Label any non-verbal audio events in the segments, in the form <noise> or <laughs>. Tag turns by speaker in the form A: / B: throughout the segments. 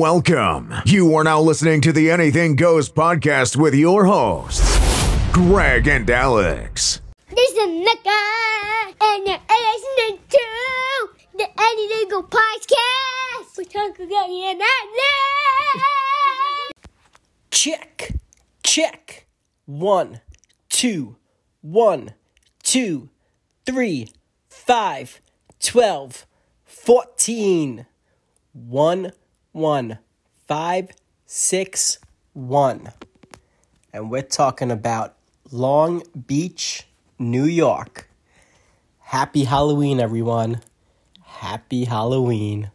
A: Welcome. You are now listening to the Anything Goes podcast with your hosts, Greg and Alex.
B: This is Mecca, and you're listening to the Any Legal Podcast with Uncle Gary and Alex.
C: Check, check. One, two, one, two, three, five, twelve, fourteen. One, one, five, six, one. And we're talking about Long Beach, New York. Happy Halloween, everyone. Happy Halloween.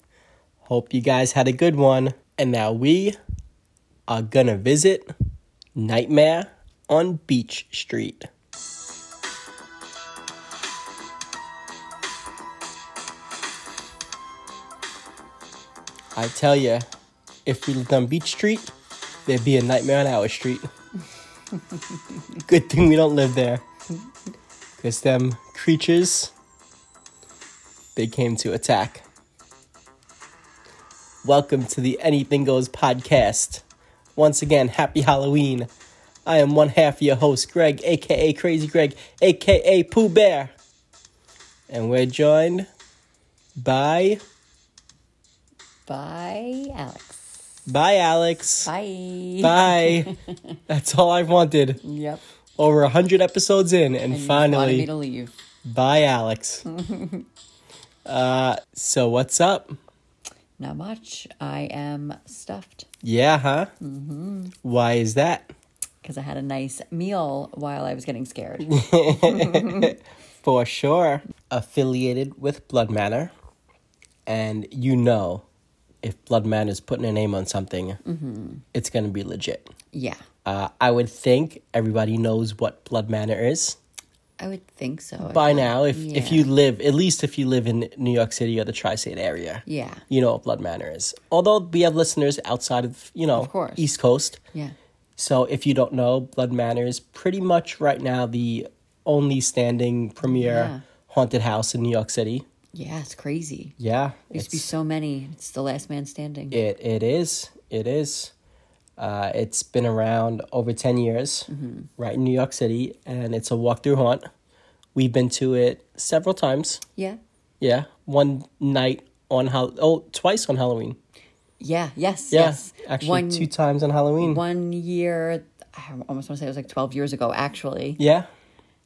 C: Hope you guys had a good one. And now we are gonna visit Nightmare on Beach Street. I tell ya, if we lived on Beach Street, there'd be a nightmare on our street. <laughs> Good thing we don't live there. Because them creatures, they came to attack. Welcome to the Anything Goes podcast. Once again, happy Halloween. I am one half of your host, Greg, aka Crazy Greg, aka Pooh Bear. And we're joined by
D: Bye, Alex.
C: by Alex.
D: Bye. <laughs>
C: Bye. That's all I wanted.
D: Yep.
C: Over a hundred episodes in, and,
D: You wanted me
C: finally,
D: to leave.
C: bye,
D: <laughs>
C: Alex. uh, so what's up?
D: Not much. I am stuffed
C: Yeah, huh?
D: Mm-hmm.
C: Why is that?
D: because I had a nice meal while I was
C: <laughs>
D: getting scared.
C: For sure. Affiliated with Blood Manor, and you know, if Blood Manor's putting a name on something,
D: Mm-hmm.
C: it's gonna be legit.
D: yeah,
C: Uh, I would think everybody knows what Blood Manor is.
D: I would think so.
C: by now if if
D: yeah.
C: you live at least if you live in New York City or the tri-state area.
D: Yeah.
C: You know what Blood Manor is. Although we have listeners outside of, you know,
D: course.
C: East Coast.
D: Yeah.
C: So if you don't know, Blood Manor is pretty much right now the only standing premier
D: Yeah.
C: haunted house in New York City.
D: Yeah, it's crazy.
C: Yeah.
D: There's be
C: it's-
D: so many. It's the last man standing.
C: It it is. It is. Uh, it's been around over ten years,
D: Mm-hmm.
C: right in New York City, and it's a walkthrough haunt. We've been to it several times.
D: Yeah.
C: Yeah, one night on Hall. Oh, twice on Halloween.
D: Yeah. Yes.
C: Yeah,
D: Yes.
C: actually,
D: one,
C: two times on Halloween.
D: one year, I almost want to say it was like 12 years ago, actually.
C: Yeah,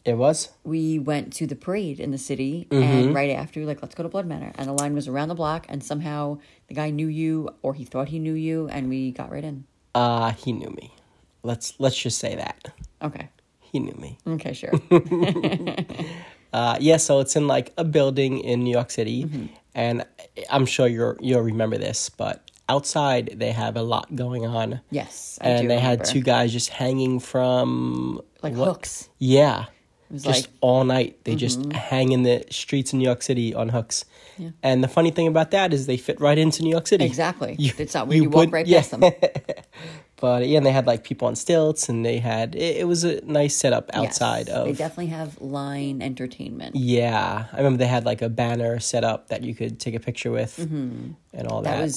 C: it was.
D: we went to the parade in the city
C: Mm-hmm.
D: and right after we were like let's go to blood manor and the line was around the block and somehow the guy knew you or he thought he knew you and we got right in
C: Uh he knew me. Let's let's just say that
D: okay
C: he knew me.
D: okay
C: <laughs>
D: sure
C: Uh, yeah, so it's in like a building in New York City,
D: Mm-hmm.
C: and I'm sure you're you'll remember this, but outside they have a lot going on.
D: yes I do
C: and they
D: remember.
C: had two guys just hanging from
D: like hooks
C: Yeah.
D: was
C: just
D: like- Mm-hmm.
C: all night. They just hang in the streets in New York City on hooks. And the funny thing about that is they fit right into New York City.
D: exactly
C: You-
D: it's not weird
C: you
D: you, walk
C: would-
D: right
C: yeah.
D: past
C: <laughs>
D: them yes.
C: But yeah, and they had like people on stilts and they had, it, it was a nice setup outside
D: they
C: of.
D: definitely have line entertainment
C: yeah. I remember they had like a banner set up that you could take a picture with and all that.
D: Mm-hmm. that was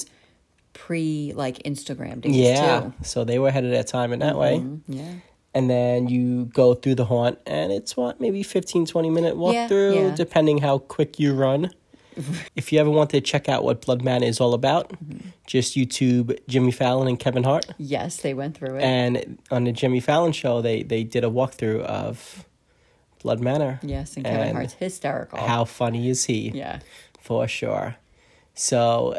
D: pre like instagram days
C: yeah.
D: too Mm-hmm.
C: So they were ahead of their time in that way.
D: yeah
C: and then you go through the haunt and it's what maybe 15 20 minute walkthrough through,
D: yeah.
C: depending how quick you
D: <laughs>
C: run if you ever want to check out what blood man is all about
D: Mm-hmm.
C: just youtube jimmy fallon and kevin hart
D: yes they went through it
C: and on the jimmy fallon show they they did a walkthrough of blood manor
D: yes and kevin hart's hysterical
C: how funny is he
D: yeah
C: for sure so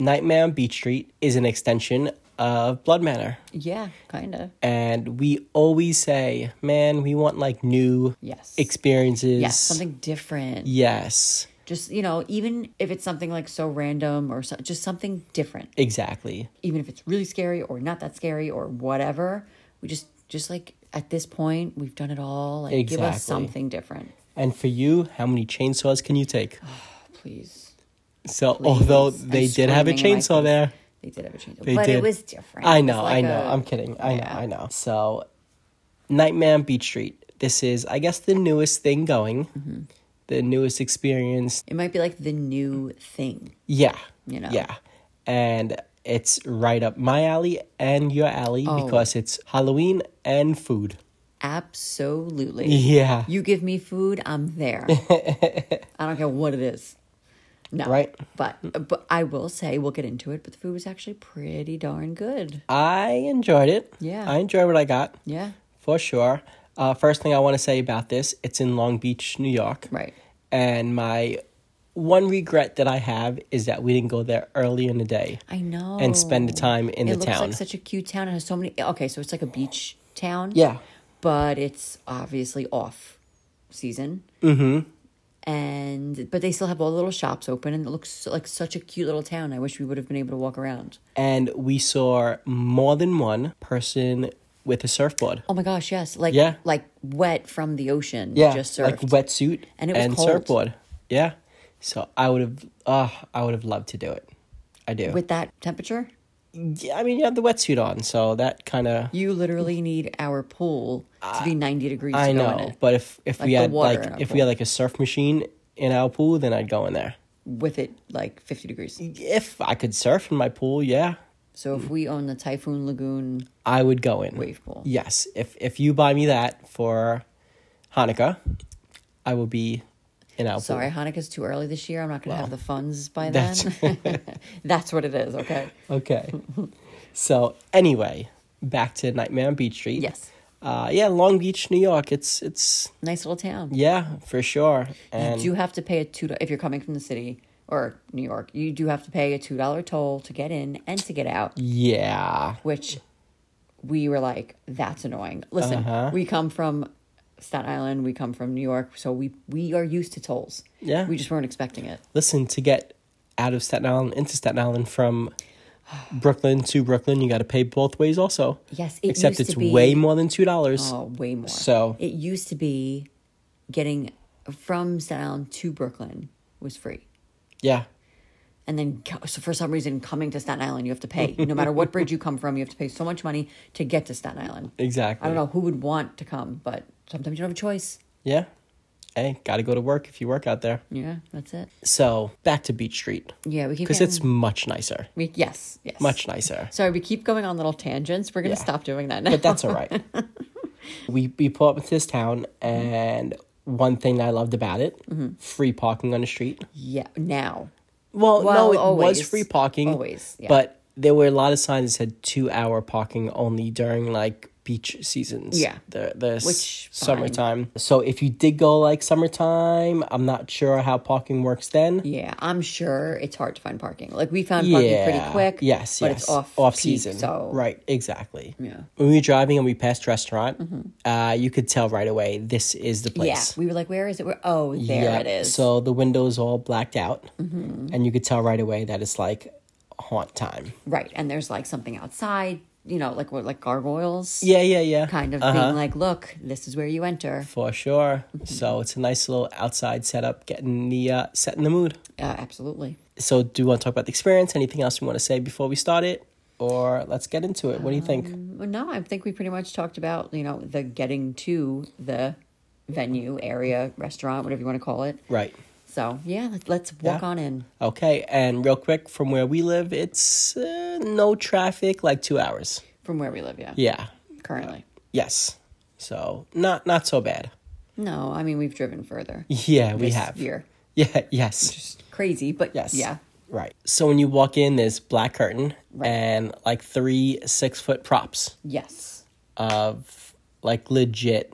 C: nightmare on beach street is an extension of blood manor
D: yeah kind of
C: and we always say, man, we want like new
D: Yes.
C: experiences.
D: yes something different
C: Yes,
D: just you know even if it's something like so random or so, just something different
C: exactly.
D: even if it's really scary or not that scary or whatever we just just like at this point we've done it all like give
C: Exactly.
D: us something different
C: And for you, how many chainsaws can you take?
D: please
C: So, although
D: Oh, Please.
C: they
D: And
C: did have a
D: screaming in my
C: chainsaw
D: face.
C: there,
D: they did have a change
C: They
D: but
C: did.
D: it was different
C: I
D: It was
C: know, I
D: like
C: know.
D: a-
C: i I'm kidding. I
D: Yeah.
C: know, I know. So, Nightmare on Beach Street. This is, I guess, the newest thing going,
D: Mm-hmm.
C: the newest experience.
D: it might be like the new thing
C: Yeah.
D: You know?
C: Yeah. And It's right up my alley and your alley
D: Oh.
C: because it's Halloween and food.
D: Absolutely.
C: Yeah.
D: You give me food, I'm
C: <laughs>
D: there. I don't care what it is. No.
C: Right.
D: But but I will say we'll get into it, but the food was actually pretty darn good.
C: I enjoyed it.
D: Yeah.
C: I enjoyed what I got.
D: Yeah.
C: For sure. Uh, first thing I want to say about this, it's in Long Beach, New York.
D: Right.
C: And my one regret that I have is that we didn't go there early in the day.
D: I know.
C: And spend the time in
D: it
C: the
D: looks
C: town.
D: like such a cute town. It has so many Okay, so it's like a beach town.
C: Yeah.
D: But it's obviously off season. Mhm.
C: Mm-hmm.
D: And but they still have all the little shops open and it looks like such a cute little town. I wish we would have been able to walk around.
C: and we saw more than one person with a surfboard.
D: Oh my gosh, yes. Like
C: Yeah.
D: like wet from the ocean.
C: Yeah,
D: Just
C: like
D: surfed.
C: wetsuit
D: And it was cold.
C: surfboard. Yeah, so I would have, uh, I would have loved to do it. I do.
D: With that temperature?
C: yeah, I mean, you have the wetsuit on, so that kind of
D: You literally need our pool to be 90 degrees
C: Ah, I
D: to go in
C: know.
D: it.
C: But if if
D: Like
C: we
D: the
C: had
D: water
C: like
D: in our
C: if we
D: pool.
C: had like a surf machine in our pool, then I'd go in there.
D: With it like 50 degrees.
C: If I could surf in my pool, yeah,
D: So if we own the Typhoon Lagoon
C: I would go in.
D: wave pool.
C: Yes, if if you buy me that for Hanukkah, I will be in our
D: Sorry,
C: pool.
D: Hanukkah's too early this year. I'm not going to have the funds by
C: <laughs> that's-
D: then. <laughs> that's what it is, okay?
C: Okay. so anyway, back to Nightmare on Beach Street.
D: Yes.
C: Uh, yeah, Long Beach, New York. It's it's
D: Nice little town.
C: yeah for sure.
D: You
C: And
D: do have to pay a two do- if you're coming from the city or New York. You do have to pay a two dollar toll to get in and to get out,
C: yeah,
D: which we were like, that's annoying. Listen,
C: Uh-huh.
D: we come from Staten Island, we come from New York, so we we are used to tolls.
C: Yeah.
D: we just weren't expecting it.
C: listen to get out of Staten Island into Staten Island from Brooklyn to Brooklyn, you got to pay both ways also.
D: Yes, it
C: except
D: used to
C: it's
D: be-
C: way more than two dollars.
D: Oh, way more.
C: So-
D: it used to be getting from Staten Island to Brooklyn was free.
C: Yeah,
D: and then co- so for some reason coming to Staten Island you have to pay no matter what bridge you come from you have to pay so much money to get to Staten Island.
C: exactly.
D: I don't know who would want to come, but sometimes you don't have a choice.
C: Yeah, hey, got to go to work if you work out there.
D: Yeah, that's it.
C: So back to Beach Street
D: Yeah, we keep
C: because it's much nicer,
D: we, yes, yes.
C: much nicer.
D: Sorry, we keep going on little tangents. We're gonna
C: Yeah.
D: stop doing that now.
C: but that's all <laughs> right. we we pull up into this town, and one thing that I loved about it: free parking on the street.
D: yeah, now
C: Well, no,
D: Well,
C: it
D: always.
C: was free parking.
D: Always, yeah.
C: but there were a lot of signs that said two-hour parking only during like beach seasons.
D: Yeah.
C: the the s-
D: Which, fine.
C: summertime. So if you did go like summertime, I'm not sure how parking works then.
D: Yeah, I'm sure it's hard to find parking. Like we found parking pretty quick.
C: Yes,
D: but
C: yes.
D: it's off
C: off
D: peak,
C: season.
D: So
C: Right, exactly.
D: Yeah. Mm-hmm.
C: When we were driving and we passed restaurant, uh, you could tell right away this is the
D: yeah,
C: place.
D: we were like, where is it? Where? Oh, there
C: Yeah,
D: it is. Mm-hmm.
C: So the window's all blacked out, and you could tell right away that it's like haunt time.
D: right, and there's like something outside. You know, like what, like gargoyles.
C: Yeah, yeah, yeah. Uh-huh.
D: kind of being like, look, this is where you enter.
C: For sure.
D: Mm-hmm.
C: So it's a nice little outside setup, getting the uh, setting the mood.
D: Uh, absolutely.
C: So do you want to talk about the experience? Anything else you want to say before we start it, or let's get into it? What do you think?
D: Well, no, I think we pretty much talked about, you know, the getting to the venue, area, restaurant, whatever you want to call it.
C: Right.
D: So, yeah, let- let's walk
C: Yeah.
D: on in.
C: Okay, and real quick, from where we live, it's uh, no traffic, like two hours.
D: from where we live, yeah.
C: Yeah,
D: Currently.
C: yes. So not not so bad. <laughs>
D: No, I mean, we've driven further.
C: Yeah, we
D: this
C: have.
D: Year.
C: <laughs> Yeah, yes,
D: Just crazy, but
C: yes,
D: yeah.
C: Right. So when you walk in, there's black curtain
D: Right.
C: and like three six foot props
D: Yes.
C: of like legit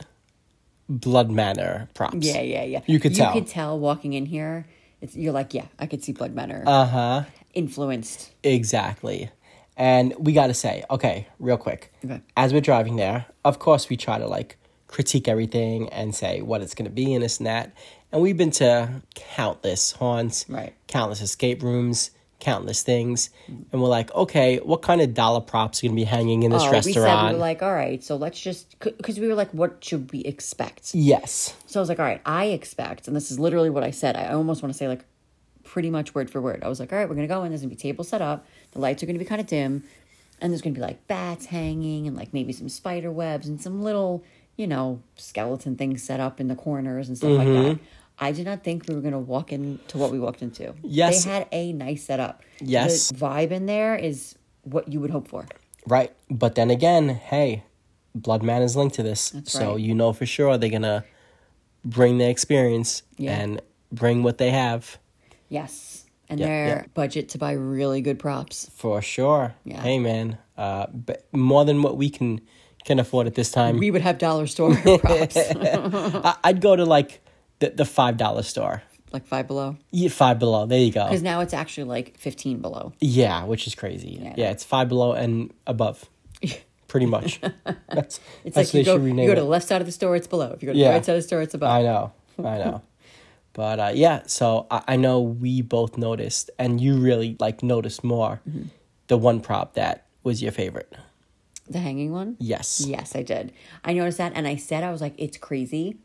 C: Blood Manor props.
D: Yeah, yeah, yeah.
C: You could tell.
D: You could tell walking in here. It's, you're like, yeah, I could see Blood Manor
C: Uh huh.
D: influenced.
C: Exactly. And we got to say, okay, real quick.
D: Okay.
C: As we're driving there, of course, we try to like critique everything and say what it's going to be and this and that. And we've been to countless haunts,
D: Right.
C: countless escape rooms, countless things. And we're like, okay, what kind of dollar props are going to be hanging in this
D: Oh, we
C: restaurant?
D: said we were like, all right, so let's just because we were like, what should we expect?
C: yes.
D: So I was like, all right, I expect, and this is literally what I said. I almost want to say like pretty much word for word. I was like, all right, we're gonna go in. There's gonna be tables set up. The lights are gonna be kind of dim, and there's gonna be like bats hanging and like maybe some spider webs and some little you know skeleton things set up in the corners and stuff
C: Mm-hmm.
D: like that. I did not think we were gonna walk into what we walked into.
C: Yes.
D: they had a nice setup.
C: Yes.
D: the vibe in there is what you would hope for.
C: Right. But then again, hey, Blood Man is linked to this. so
D: right.
C: you know for sure they're going to bring their experience
D: Yeah.
C: and bring what they have
D: Yes. And
C: Yeah,
D: their
C: yeah.
D: budget to buy really good props.
C: for sure.
D: Yeah.
C: Hey, man. Uh, but more than what we can can afford at this time.
D: We would have dollar store <laughs>
C: <laughs>
D: props,
C: I, I'd go to like the, the $5 store.
D: like five below.
C: Yeah, five below. There you go.
D: Because now it's actually like 15 below.
C: Yeah, which is crazy. Yeah,
D: Yeah.
C: it's five below and
D: <laughs>
C: above, pretty much. That's
D: It's
C: that's
D: like you
C: they
D: go,
C: should
D: you
C: rename
D: go to the
C: it.
D: left side of the store, it's below. If you go to
C: Yeah.
D: the right side of the store, it's above.
C: I know, I
D: <laughs>
C: know, but uh, yeah. So I, I know we both noticed, and you really like noticed more
D: Mm-hmm.
C: the one prop that was your favorite.
D: The hanging one?
C: Yes.
D: Yes, I did. I noticed that. And I said, I was like, it's crazy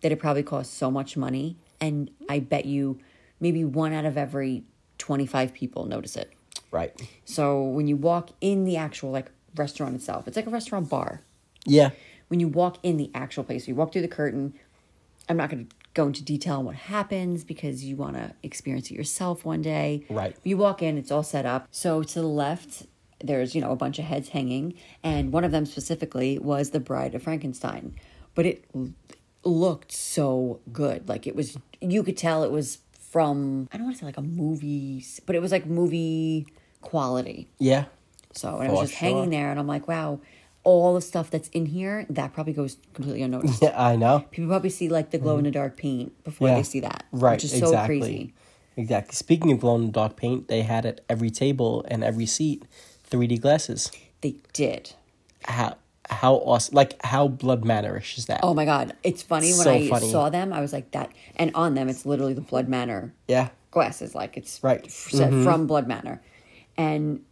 D: that it probably costs so much money. And I bet you maybe one out of every 25 people notice it.
C: Right.
D: So when you walk in the actual like restaurant itself, it's like a restaurant bar.
C: Yeah.
D: When you walk in the actual place, you walk through the curtain. I'm not going to go into detail on what happens because you want to experience it yourself one day.
C: Right.
D: You walk in, it's all set up. So to the left, there's, you know, a bunch of heads hanging, and one of them specifically was the bride of Frankenstein. But it l- looked so good. Like it was you could tell it was from I don't want to say like a movie, s- but it was like movie quality.
C: Yeah.
D: So and I was
C: For
D: just
C: sure.
D: hanging there, and I'm like, wow, all the stuff that's in here that probably goes
C: <laughs>
D: completely unnoticed.
C: Yeah. I know.
D: People probably see like the glow in the dark paint before
C: Mm-hmm. Yeah.
D: they see that,
C: Right.
D: Which is
C: exactly.
D: so crazy.
C: Exactly. Speaking of glow in the dark paint, they had at every table and every seat 3D glasses.
D: They did.
C: How how awesome! Like how blood mannerish is that?
D: Oh my god, it's funny when
C: So
D: I
C: funny.
D: saw them, I was like that, and on them it's literally the Blood Manor
C: Yeah.
D: glasses, like it's
C: Right. Mm-hmm.
D: f- set from Blood Manor, and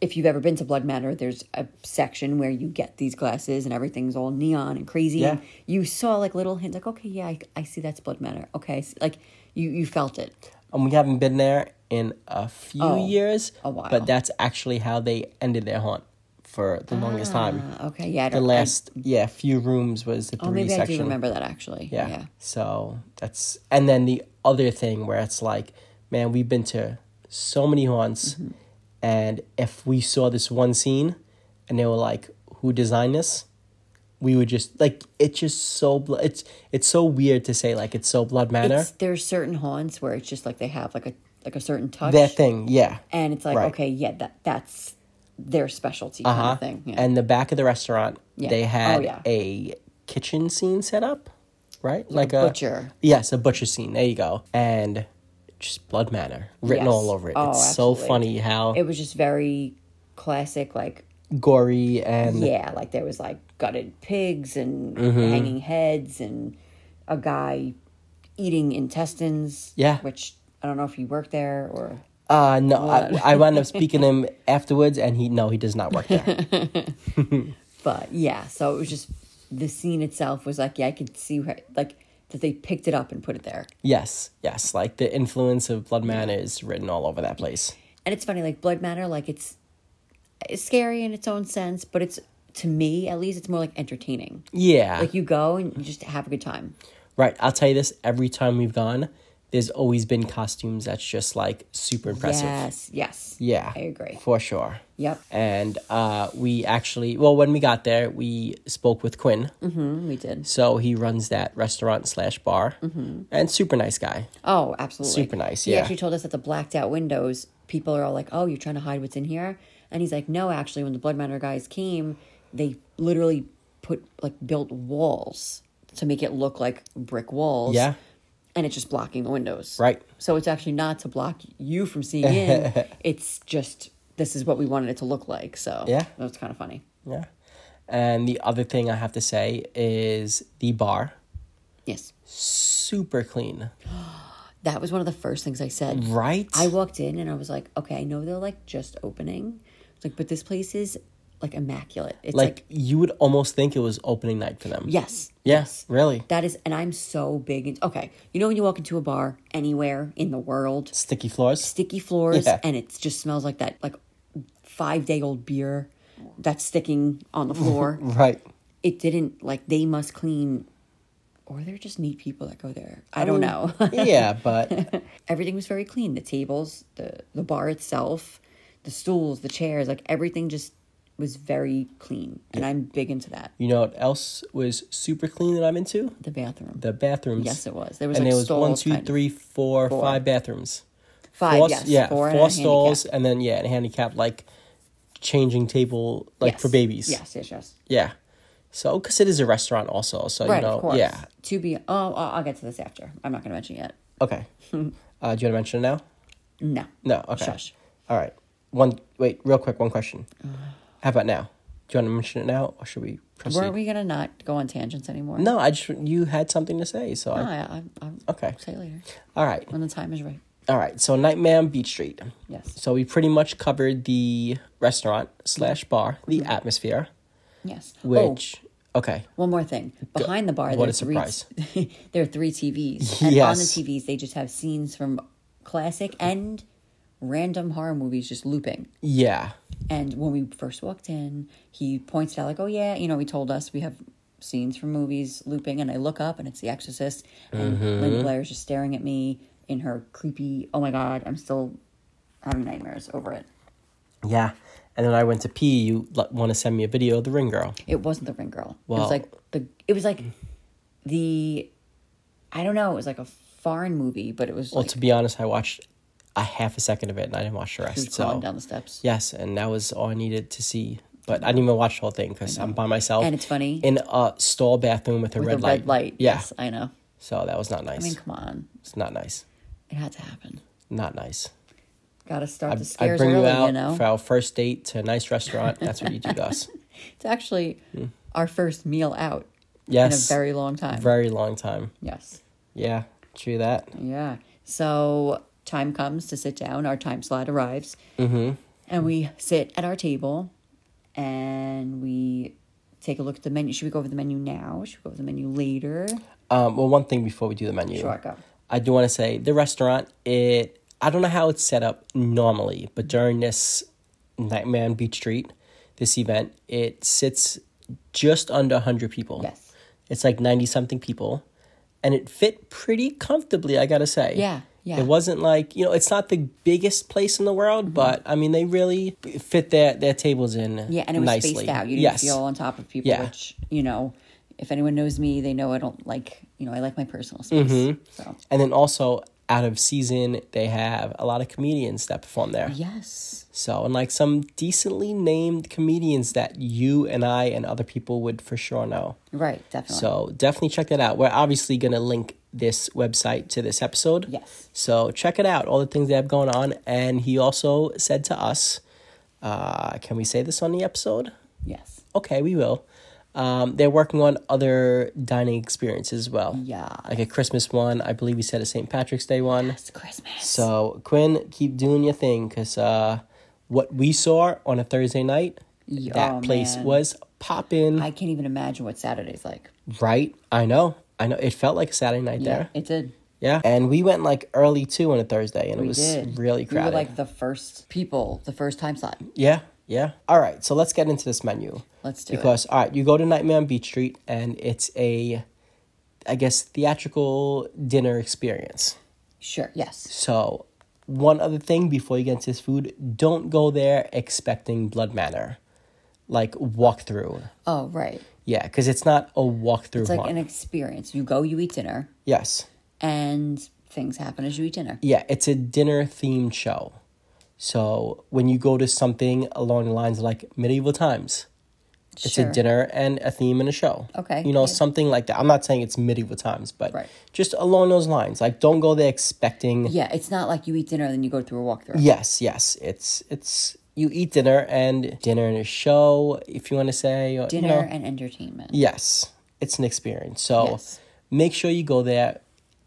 D: if you've ever been to Blood Manor, there's a section where you get these glasses and everything's all neon and crazy.
C: Yeah.
D: And you saw like little hints, like okay, yeah, I, I see that's Blood Manor. Okay, I see- like you you felt it.
C: and we haven't been there in a few
D: Oh,
C: years.
D: a while.
C: But that's actually how they ended their haunt for the longest time.
D: Uh, okay, yeah, I
C: Um, The
D: don't- I-
C: last, yeah, few rooms was the
D: oh,
C: three
D: maybe
C: section.
D: I do remember that actually.
C: Yeah.
D: Yeah.
C: So that's and then the other thing where it's like, man, we've been to so many haunts,
D: Mm-hmm.
C: and if we saw this one scene, and they were like, who designed this? We would just like it's just so blo- it's it's so weird to say like it's so blood manner
D: It's, there's certain haunts where it's just like they have like a like a certain touch.
C: that thing yeah
D: and it's like
C: Right.
D: okay yeah that that's their specialty kind
C: Uh-huh.
D: of thing yeah.
C: And the back of the restaurant,
D: Yeah.
C: they
D: Oh,
C: had
D: yeah.
C: a kitchen scene set up, right? Like,
D: a butcher.
C: Yes, a butcher scene. There you go. And just blood manner written
D: Yes.
C: all over it.
D: Oh,
C: it's so
D: absolutely.
C: funny how
D: it was just very classic like
C: gory and
D: yeah like there was like gutted pigs and
C: Mm-hmm.
D: hanging heads and a guy eating intestines
C: Yeah.
D: which i don't know if he worked there or
C: uh no, I, I wound up
D: <laughs>
C: speaking to him afterwards, and he no, he does not work there.
D: but yeah so it was just the scene itself was like yeah i could see where like that they picked it up and put it there
C: yes, yes, like the influence of blood manner is written all over that place.
D: and it's funny like blood matter like it's it's scary in its own sense but it's to me at least it's more like entertaining
C: Yeah,
D: like you go and you just have a good time
C: right. I'll tell you this: every time we've gone, there's always been costumes that's just like super impressive.
D: yes yes
C: Yeah.
D: I agree.
C: For sure.
D: Yep.
C: And uh, we actually, well, when we got there, we spoke with Quinn.
D: Mm, we did
C: So he runs that restaurant slash bar. Mm-hmm. And super nice guy.
D: oh absolutely
C: Super nice,
D: he
C: yeah.
D: actually told us that the blacked out windows people are all like oh you're trying to hide what's in here and he's like no actually when the blood matter guys came they literally put like built walls to make it look like brick walls
C: Yeah.
D: and it's just blocking the windows
C: Right.
D: So it's actually not to block you from seeing
C: <laughs>
D: in. it's just this is what we wanted it to look like. So
C: Yeah.
D: that was kind of funny.
C: Yeah. And the other thing I have to say is the bar,
D: Yes,
C: super clean.
D: that was one of the first things I said.
C: Right?
D: I walked in and I was like, okay, I know they're like just opening, It's like, but this place is like immaculate. It's
C: like,
D: like,
C: you would almost think it was opening night for them.
D: yes,
C: Yes. Really?
D: That is, and I'm so big. In, okay, you know when you walk into a bar anywhere in the world,
C: Sticky floors.
D: sticky floors
C: Yeah.
D: and it just smells like that like five day old beer that's sticking on the
C: <laughs>
D: floor <laughs>
C: Right.
D: it didn't like they must clean or they're just neat people that go there i don't
C: Um,
D: know <laughs>
C: yeah, but
D: everything was very clean the tables the the bar itself the stools, the chairs, like everything just was very clean. And I'm big into that.
C: You know what else was super clean that I'm into?
D: The bathroom.
C: The bathrooms.
D: Yes, it was. There was,
C: and
D: like,
C: there was one,
D: stalls
C: two,
D: kind of.
C: three, four, five
D: Four.
C: bathrooms.
D: Five,
C: Four-
D: yes.
C: yeah,
D: four,
C: four,
D: and a
C: stalls,
D: handicap.
C: and then yeah, and handicap like changing table like
D: Yes.
C: for babies.
D: Yes, yes, yes.
C: Yeah. So, because it is a restaurant also, so
D: Right,
C: you know,
D: of course.
C: yeah.
D: To be, oh, I'll I'll get to this after. I'm not going to mention it yet. <laughs>
C: Okay. uh, do you want to mention it now?
D: No.
C: No. Okay.
D: Shush.
C: All right. One. Wait. Real quick. One question. How about now? Do you want to mention it now, or should we proceed?
D: Were we going to not go on tangents anymore?
C: No, I just you had something to say, so
D: No,
C: I.
D: I, I, I'll
C: Okay.
D: say it later
C: All right.
D: when the time is right.
C: All right. So Nightmare on Beach Street.
D: Yes.
C: So we pretty much covered the restaurant slash bar, the atmosphere,
D: Yes.
C: which okay.
D: oh, one more thing. Behind the bar,
C: What
D: there, are
C: a
D: three,
C: surprise.
D: <laughs> there are three TVs. And on the
C: Yes.
D: TVs, they just have scenes from classic and random horror movies just looping.
C: Yeah.
D: And when we first walked in, he points out like, "Oh yeah, you know, he told us we have scenes from movies looping." And I look up, and it's The Exorcist, and
C: Mm-hmm.
D: Linda Blair's just staring at me in her creepy. Oh my god, I'm still having nightmares over it.
C: Yeah. And then I went to pee. You want to send me a video of the ring girl?
D: It wasn't the ring girl. it
C: Well-
D: was like the. It was like the. I don't know. It was like a foreign movie, but it was
C: Well,
D: like
C: to be honest, I watched a half a second of it, and I didn't watch the
D: she
C: rest.
D: was crawling
C: So
D: down the steps.
C: yes, and that was all I needed to see. But I didn't even watch the whole thing because I'm by myself.
D: And it's funny.
C: in a stall bathroom with a
D: with
C: red
D: the
C: light.
D: red light.
C: Yeah.
D: Yes, I know.
C: So that was not nice.
D: I mean, come on,
C: it's not nice.
D: it had to happen.
C: Not nice.
D: Got to start the
C: I
D: scares
C: bring
D: early,
C: you out
D: you know.
C: for our first date to a nice restaurant. That's what you do,
D: <laughs>
C: Gus.
D: It's actually our first meal out
C: Hmm. Yes.
D: in a very long time.
C: Very long time.
D: yes.
C: Yeah. True that.
D: Yeah. So time comes to sit down. Our time slot arrives. Mm-hmm. And we sit at our table and we take a look at the menu. Should we go over the menu now? Should we go over the menu later?
C: Um, well, one thing before we do the menu,
D: Sure, go.
C: I do want to say the restaurant. It I don't know how it's set up normally, but during this Nightmare on Beach Street, this event, it sits just under hundred people.
D: Yes.
C: it's like ninety something people, and it fit pretty comfortably. I gotta say.
D: Yeah, yeah. Mm-hmm.
C: It wasn't like you know, it's not the biggest place in the world, but I mean, they really fit their their tables in.
D: Yeah, and it was
C: nicely.
D: spaced out. You didn't
C: yes.
D: feel on top of people,
C: Yeah.
D: which, you know, if anyone knows me, they know I don't like, you know, I like my personal space.
C: Mm-hmm.
D: So,
C: And then also out of season, they have a lot of comedians that perform there.
D: yes.
C: So, and like some decently named comedians that you and I and other people would for sure know.
D: Right, definitely.
C: So, definitely check that out. We're obviously going to link this website to this episode.
D: Yes.
C: So, check it out, all the things they have going on. And he also said to us, uh, can we say this on the episode?
D: yes.
C: Okay, we will. Um, they're working on other dining experiences as well.
D: Yeah.
C: Like a Christmas one. I believe we said a St. Patrick's Day one.
D: It's Christmas.
C: So, Quinn, keep doing your thing because uh, what we saw on a Thursday night,
D: Yeah,
C: that
D: oh,
C: place
D: man.
C: was popping.
D: I can't even imagine what Saturday's like.
C: right? I know. I know. It felt like a Saturday night there.
D: It did.
C: Yeah. And we went like early too on a Thursday and it
D: We
C: was
D: did.
C: really
D: We were
C: crowded.
D: like the first people, the first time slot.
C: Yeah, yeah. All right, so let's get into this menu.
D: Let's do it.
C: because, all right, you go to Nightmare on Beach Street and it's a, I guess, theatrical dinner experience.
D: Sure. Yes.
C: So, one other thing before you get into this food, don't go there expecting Blood Manor, like walkthrough.
D: Oh, right.
C: Yeah, because it's not a walkthrough
D: It's like
C: one.
D: an experience. You go, you eat dinner,
C: yes.
D: and things happen as you eat dinner.
C: Yeah, it's a dinner themed show. So, when you go to something along the lines of like medieval times, it's
D: sure.
C: a dinner and a theme and a show.
D: Okay,
C: You know,
D: yeah.
C: something like that. I'm not saying it's medieval times, but
D: Right.
C: just along those lines. Like don't go there expecting
D: Yeah, it's not like you eat dinner and then you go through a walkthrough.
C: Yes, yes. It's it's you eat dinner and dinner and a show, if you want to say or, you
D: Dinner
C: know.
D: and entertainment.
C: Yes. It's an experience. So
D: Yes.
C: make sure you go there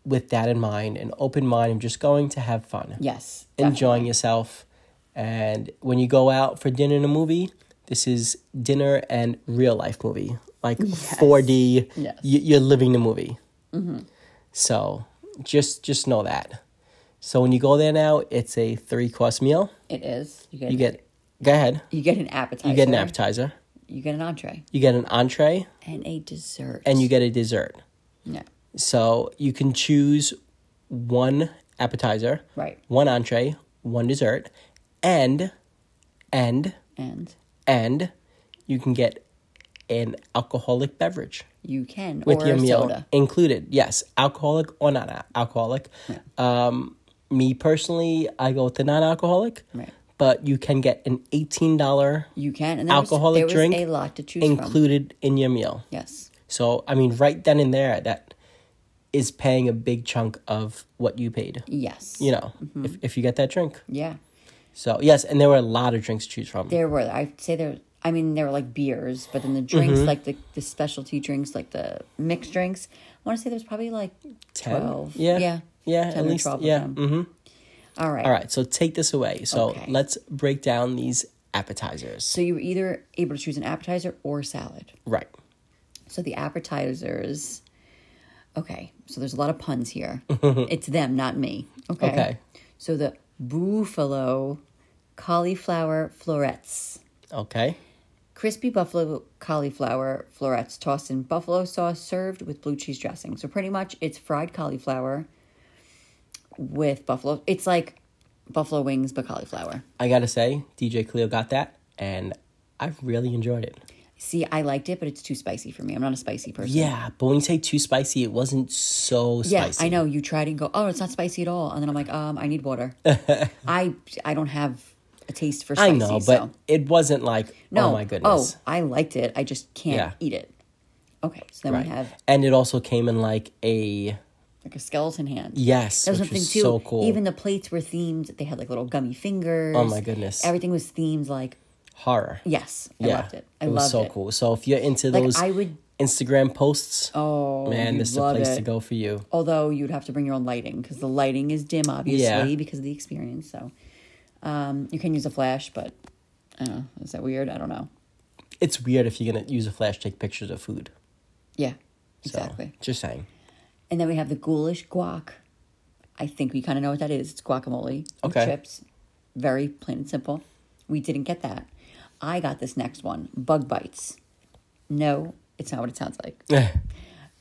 C: with that in mind, an open mind and just going to have fun.
D: Yes.
C: Enjoying yourself. And when you go out for dinner and a movie, this is dinner and real life movie. Like 4D,
D: Yes. Mm-hmm.
C: y- you're living the movie. So just just know that. So when you go there now, it's a three course meal.
D: definitely. It is. You get,
C: You get, go ahead,
D: you get an appetizer.
C: you get an appetizer,
D: You get an entree
C: you get an entree,
D: and a dessert.
C: and you get a dessert.
D: yeah.
C: So you can choose one appetizer,
D: Right.
C: One entree, one dessert, and and
D: and
C: and you can get an alcoholic beverage
D: you can
C: with
D: or
C: your
D: a
C: meal
D: soda.
C: included. Yes, alcoholic or not al- alcoholic. Um, me personally, I go with the non-alcoholic,
D: Right.
C: but you can get an eighteen dollar
D: You can and there was-
C: alcoholic
D: there was
C: drink
D: a lot to choose from.
C: included in your meal.
D: Yes,
C: So I mean, right then and there, that is paying a big chunk of what you paid.
D: yes, Mm-hmm.
C: You know, if if you get that drink.
D: yeah.
C: So yes, and there were a lot of drinks to choose from.
D: There were I'd say there. I mean, there were like beers, but then the
C: Mm-hmm.
D: drinks, like the, the specialty drinks, like the mixed drinks. I want to say there's probably like
C: 10?
D: twelve.
C: Yeah.
D: yeah,
C: Yeah,
D: Ten
C: at
D: or
C: least-
D: 12
C: yeah,
D: Of them. Mm-hmm. All right.
C: All right, so take this away. So
D: Okay.
C: let's break down these appetizers.
D: So you were either able to choose an appetizer or salad.
C: right.
D: So the appetizers. Okay, so there's a lot of puns
C: <laughs>
D: here. it's them, not me. Okay.
C: Okay.
D: So the buffalo cauliflower florets.
C: Okay.
D: Crispy buffalo cauliflower florets tossed in buffalo sauce served with blue cheese dressing. So pretty much it's fried cauliflower with buffalo. It's like buffalo wings but cauliflower.
C: I gotta say, DJ Cleo got that, and I really enjoyed it.
D: See, I liked it, but it's too spicy for me. I'm not a spicy person.
C: Yeah, but when you say too spicy, it wasn't so
D: Yeah,
C: spicy.
D: I know. You tried and go, oh, it's not spicy at all, and then I'm like, um, I need
C: <laughs>
D: water. I I don't have a taste for
C: I
D: spicy.
C: know, but
D: so.
C: it wasn't like,
D: no,
C: oh my goodness.
D: Oh, I liked it. I just can't
C: Yeah.
D: eat it. Okay, so then
C: right.
D: we have
C: And it also came in like a
D: like a skeleton hand.
C: yes,
D: That was
C: which
D: something
C: was
D: too.
C: so cool.
D: Even the plates were themed. They had like little gummy fingers.
C: Oh my goodness.
D: Everything was themed. Like
C: horror.
D: yes, I
C: yeah,
D: loved it. I
C: it was
D: loved
C: so
D: it.
C: cool. So if you're into
D: Like
C: those
D: I would.
C: Instagram posts,
D: Oh
C: man,
D: you'd
C: this is the
D: love
C: place
D: it.
C: to go for you.
D: Although you'd have to bring your own lighting because the lighting is dim, obviously,
C: Yeah.
D: because of the experience. So um, you can use a flash, but I don't know. Is that weird? I don't know.
C: It's weird if you're gonna use a flash to take pictures of food.
D: Yeah,
C: So,
D: exactly.
C: Just saying.
D: And then we have the ghoulish guac. I think we kind of know what that is. It's guacamole with
C: Okay.
D: chips. Very plain and simple. We didn't get that. I got this next one bug bites. No, it's not what it sounds like.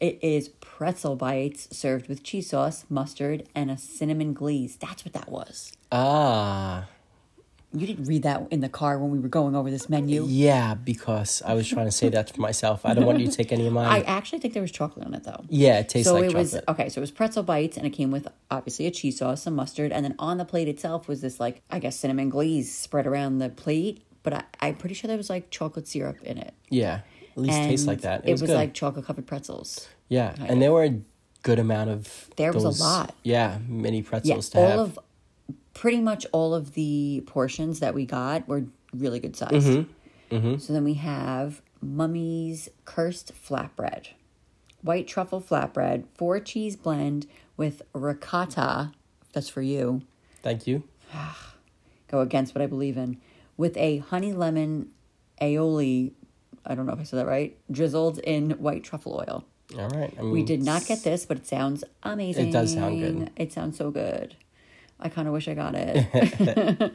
D: It is pretzel bites served with cheese sauce, mustard, and a cinnamon glaze. That's what that was.
C: Ah.
D: You didn't read that in the car when we were going over this menu.
C: Yeah, because I was trying to <laughs> say that for myself. I don't want you to take any of
D: <laughs> I
C: mine.
D: actually think there was chocolate on it though.
C: yeah, it tastes
D: so
C: like
D: it was
C: chocolate.
D: okay. So it was pretzel bites, and it came with obviously a cheese sauce, some mustard, and then on the plate itself was this like I guess cinnamon glaze spread around the plate. But I, I'm pretty sure there was like chocolate syrup in it.
C: yeah, at least tastes like that. It, was, good.
D: like chocolate covered pretzels.
C: yeah, and there were a good amount of.
D: There was a
C: those-
D: lot.
C: Yeah, mini pretzels
D: Yes,
C: to
D: all
C: have.
D: of pretty much all of the portions that we got were really good sized.
C: Mm-hmm.
D: So then we have Mummy's Cursed Flatbread, white truffle flatbread, four cheese blend with ricotta. That's for you.
C: Thank you.
D: go against what I believe in, with a honey lemon aioli, I don't know if I said that right, drizzled in white truffle oil.
C: All right. I mean,
D: We did not get this, but it sounds amazing.
C: does sound good.
D: It sounds so good. I kind of wish I got
C: <laughs>
D: it.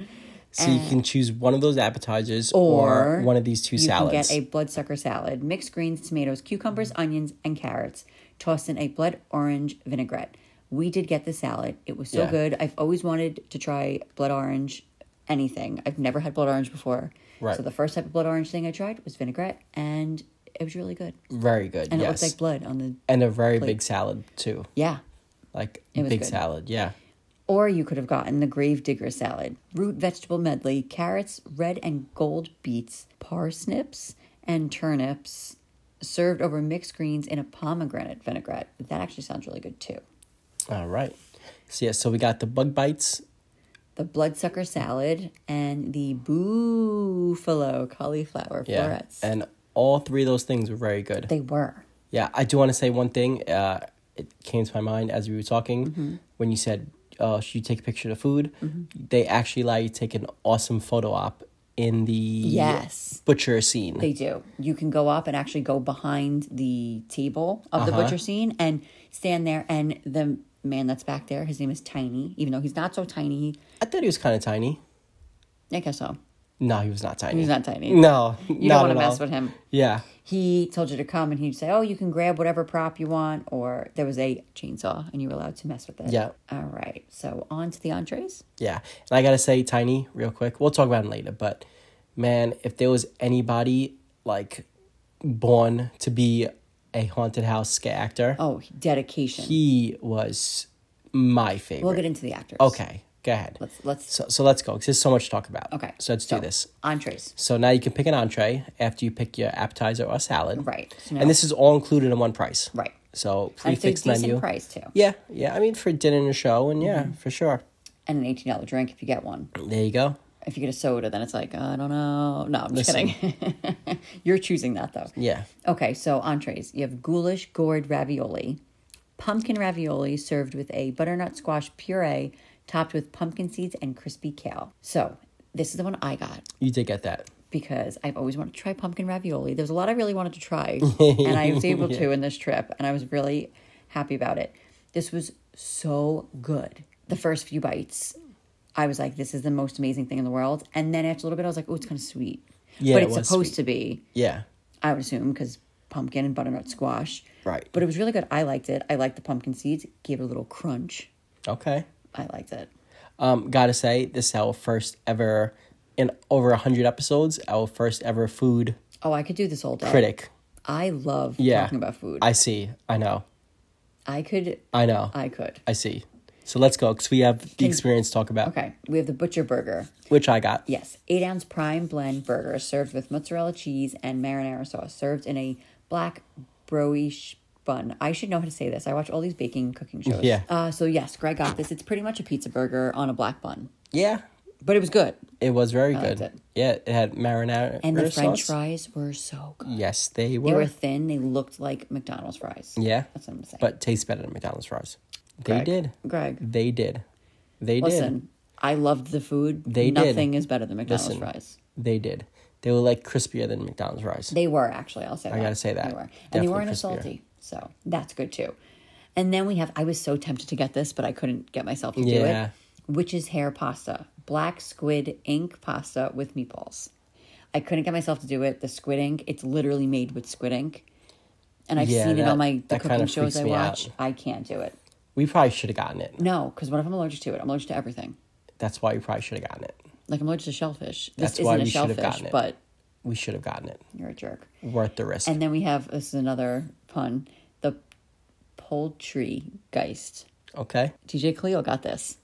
C: So you can choose one of those appetizers or,
D: Or
C: one of these two
D: you can
C: salads.
D: get a bloodsucker salad, mixed greens, tomatoes, cucumbers, onions, and carrots, tossed in a blood orange vinaigrette. We did get the salad. It was so
C: Yeah.
D: good. I've always wanted to try blood orange anything. I've never had blood orange before.
C: Right.
D: So the first type of blood orange thing I tried was vinaigrette, and it was really good.
C: very good.
D: And it
C: yes.
D: looked like blood on the
C: and a very big salad too.
D: yeah.
C: Like
D: was
C: big
D: good.
C: salad. Yeah.
D: Or you could have gotten the Gravedigger salad, root vegetable medley, carrots, red and gold beets, parsnips, and turnips, served over mixed greens in a pomegranate vinaigrette. That actually sounds really good too.
C: All right. So yeah, so we got the bug bites.
D: The bloodsucker salad and the buffalo cauliflower
C: Yeah.
D: florets.
C: And all three of those things were very good.
D: They were.
C: Yeah, I do want to say one thing. Uh, it came to my mind as we were talking
D: Mm-hmm.
C: when you said, "Oh, should you take a picture of the food?" They actually allow you to take an awesome photo op in the
D: Yes.
C: butcher scene.
D: They do. You can go up and actually go behind the table of
C: Uh-huh.
D: the butcher scene and stand there. And the man that's back there, his name is Tiny, even though he's not so tiny.
C: I thought he was kind of tiny.
D: I guess so.
C: No, he was not tiny.
D: He's not tiny.
C: No, not
D: You don't want
C: at
D: to mess
C: all.
D: with him.
C: Yeah,
D: He told you to come and he'd say, Oh, you can grab whatever prop you want, or there was a chainsaw and you were allowed to mess with it.
C: Yeah.
D: All right. So on to the entrees.
C: yeah. And I gotta say, tiny, real quick. We'll talk about him later, but man, if there was anybody like born to be a haunted house scare actor,
D: Oh, dedication.
C: he was my favorite.
D: we'll get into the actors.
C: okay, go ahead.
D: Let's let's
C: so, so let's go 'cause there's so much to talk about.
D: okay.
C: So let's do this.
D: Entrees.
C: So now you can pick an entree after you pick your appetizer or salad.
D: Right. So now-
C: and this is all included in one price.
D: Right.
C: So
D: And it's a
C: prefix
D: decent
C: menu.
D: price Mm-hmm. too.
C: Yeah, yeah. I mean, for dinner and a show, and yeah, for sure.
D: And an eighteen dollar drink if you get one.
C: There you go.
D: If you get a soda, then it's like, I don't know. No, I'm just
C: Listen.
D: kidding. <laughs> You're choosing that though.
C: Yeah.
D: Okay, so entrees. You have goulash gourd ravioli, pumpkin ravioli served with a butternut squash puree topped with pumpkin seeds and crispy kale. So, this is the one I got
C: You did get that.
D: because I've always wanted to try pumpkin ravioli. There's a lot I really wanted to
C: <laughs>
D: try, and I was able to in this trip, and I was really happy about it. This was so good. The first few bites, I was like, this is the most amazing thing in the world. And then after a little bit, I was like, oh, it's kind of sweet.
C: Yeah,
D: but
C: it
D: it's
C: was
D: supposed
C: sweet.
D: to be.
C: Yeah.
D: I would assume because pumpkin and butternut squash.
C: Right.
D: But it was really good. I liked it. I liked the pumpkin seeds. Gave it a little crunch.
C: Okay.
D: I liked it.
C: Um, gotta say, this is our first ever, in over a 100 episodes, our first ever food
D: Oh, I could do this all day.
C: critic.
D: I love
C: Yeah.
D: Oh, talking about food. I,
C: I see. I know.
D: could.
C: I know. I,
D: I could.
C: see. So let's go because we have the experience to talk about,
D: Okay. We have the butcher burger.
C: which I got.
D: Yes, eight ounce prime blend burger served with mozzarella cheese and marinara sauce, served in a black broish bun. I should know how to say this. I watch all these baking and cooking shows.
C: Yeah.
D: Uh, so yes, Greg got this. It's pretty much a pizza burger on a black bun,
C: Yeah.
D: but it was good.
C: It was very good.
D: liked it.
C: Yeah. It had marinara
D: And the French
C: sauce.
D: fries were so good.
C: Yes, they were.
D: They were thin. They looked like McDonald's fries.
C: yeah.
D: That's what I'm saying.
C: But tastes better than McDonald's fries. They
D: Greg,
C: did.
D: Greg,
C: They did. They
D: listen,
C: did.
D: I loved the food.
C: They did.
D: Nothing is better than McDonald's
C: Listen.
D: fries.
C: They did. They were like crispier than McDonald's fries.
D: They were actually. I'll say. I that.
C: gotta say that.
D: they were, and
C: Definitely
D: they weren't as
C: crispier.
D: salty, so that's good too. And then we have. I was so tempted to get this, but I couldn't get myself to
C: Yeah.
D: do it. Which is hair pasta, black squid ink pasta with meatballs. I couldn't get myself to do it. The squid ink. It's literally made with squid ink. And I've
C: Yeah,
D: seen it
C: that-
D: on my the
C: that kinda
D: cooking shows
C: freaks
D: I
C: me out.
D: watch. I can't do it.
C: we probably should have gotten it.
D: No, because what if I'm allergic to it? I'm allergic to everything.
C: That's why we probably should have gotten it.
D: Like I'm allergic to shellfish. This
C: That's
D: isn't
C: why
D: a
C: we should have
D: shellfish,
C: gotten it.
D: but
C: We should have gotten it.
D: you're a jerk.
C: Worth the risk.
D: And then we have this is another pun, the poultry geist.
C: okay.
D: DJ Cleo got this.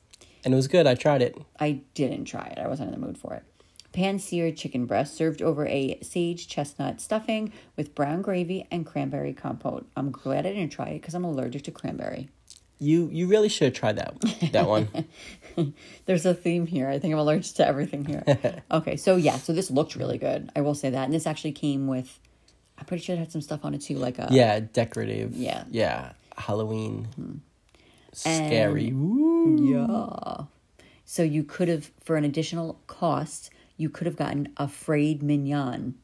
C: And it was good. I tried it.
D: I didn't try it. I wasn't in the mood for it. Pan seared chicken breast served over a sage chestnut stuffing with brown gravy and cranberry compote. I'm glad I didn't try it because I'm allergic to cranberry.
C: You you really should have tried that that
D: <laughs>
C: one.
D: There's a theme here. I think I'm allergic to everything here. okay, so yeah, so this looked really good. I will say that. And this actually came with, I'm pretty sure it had some stuff on it too, like a.
C: Yeah, decorative.
D: Yeah.
C: Yeah. Halloween. Scary. Ooh.
D: So you could have, for an additional cost, you could have gotten a frayed mignon,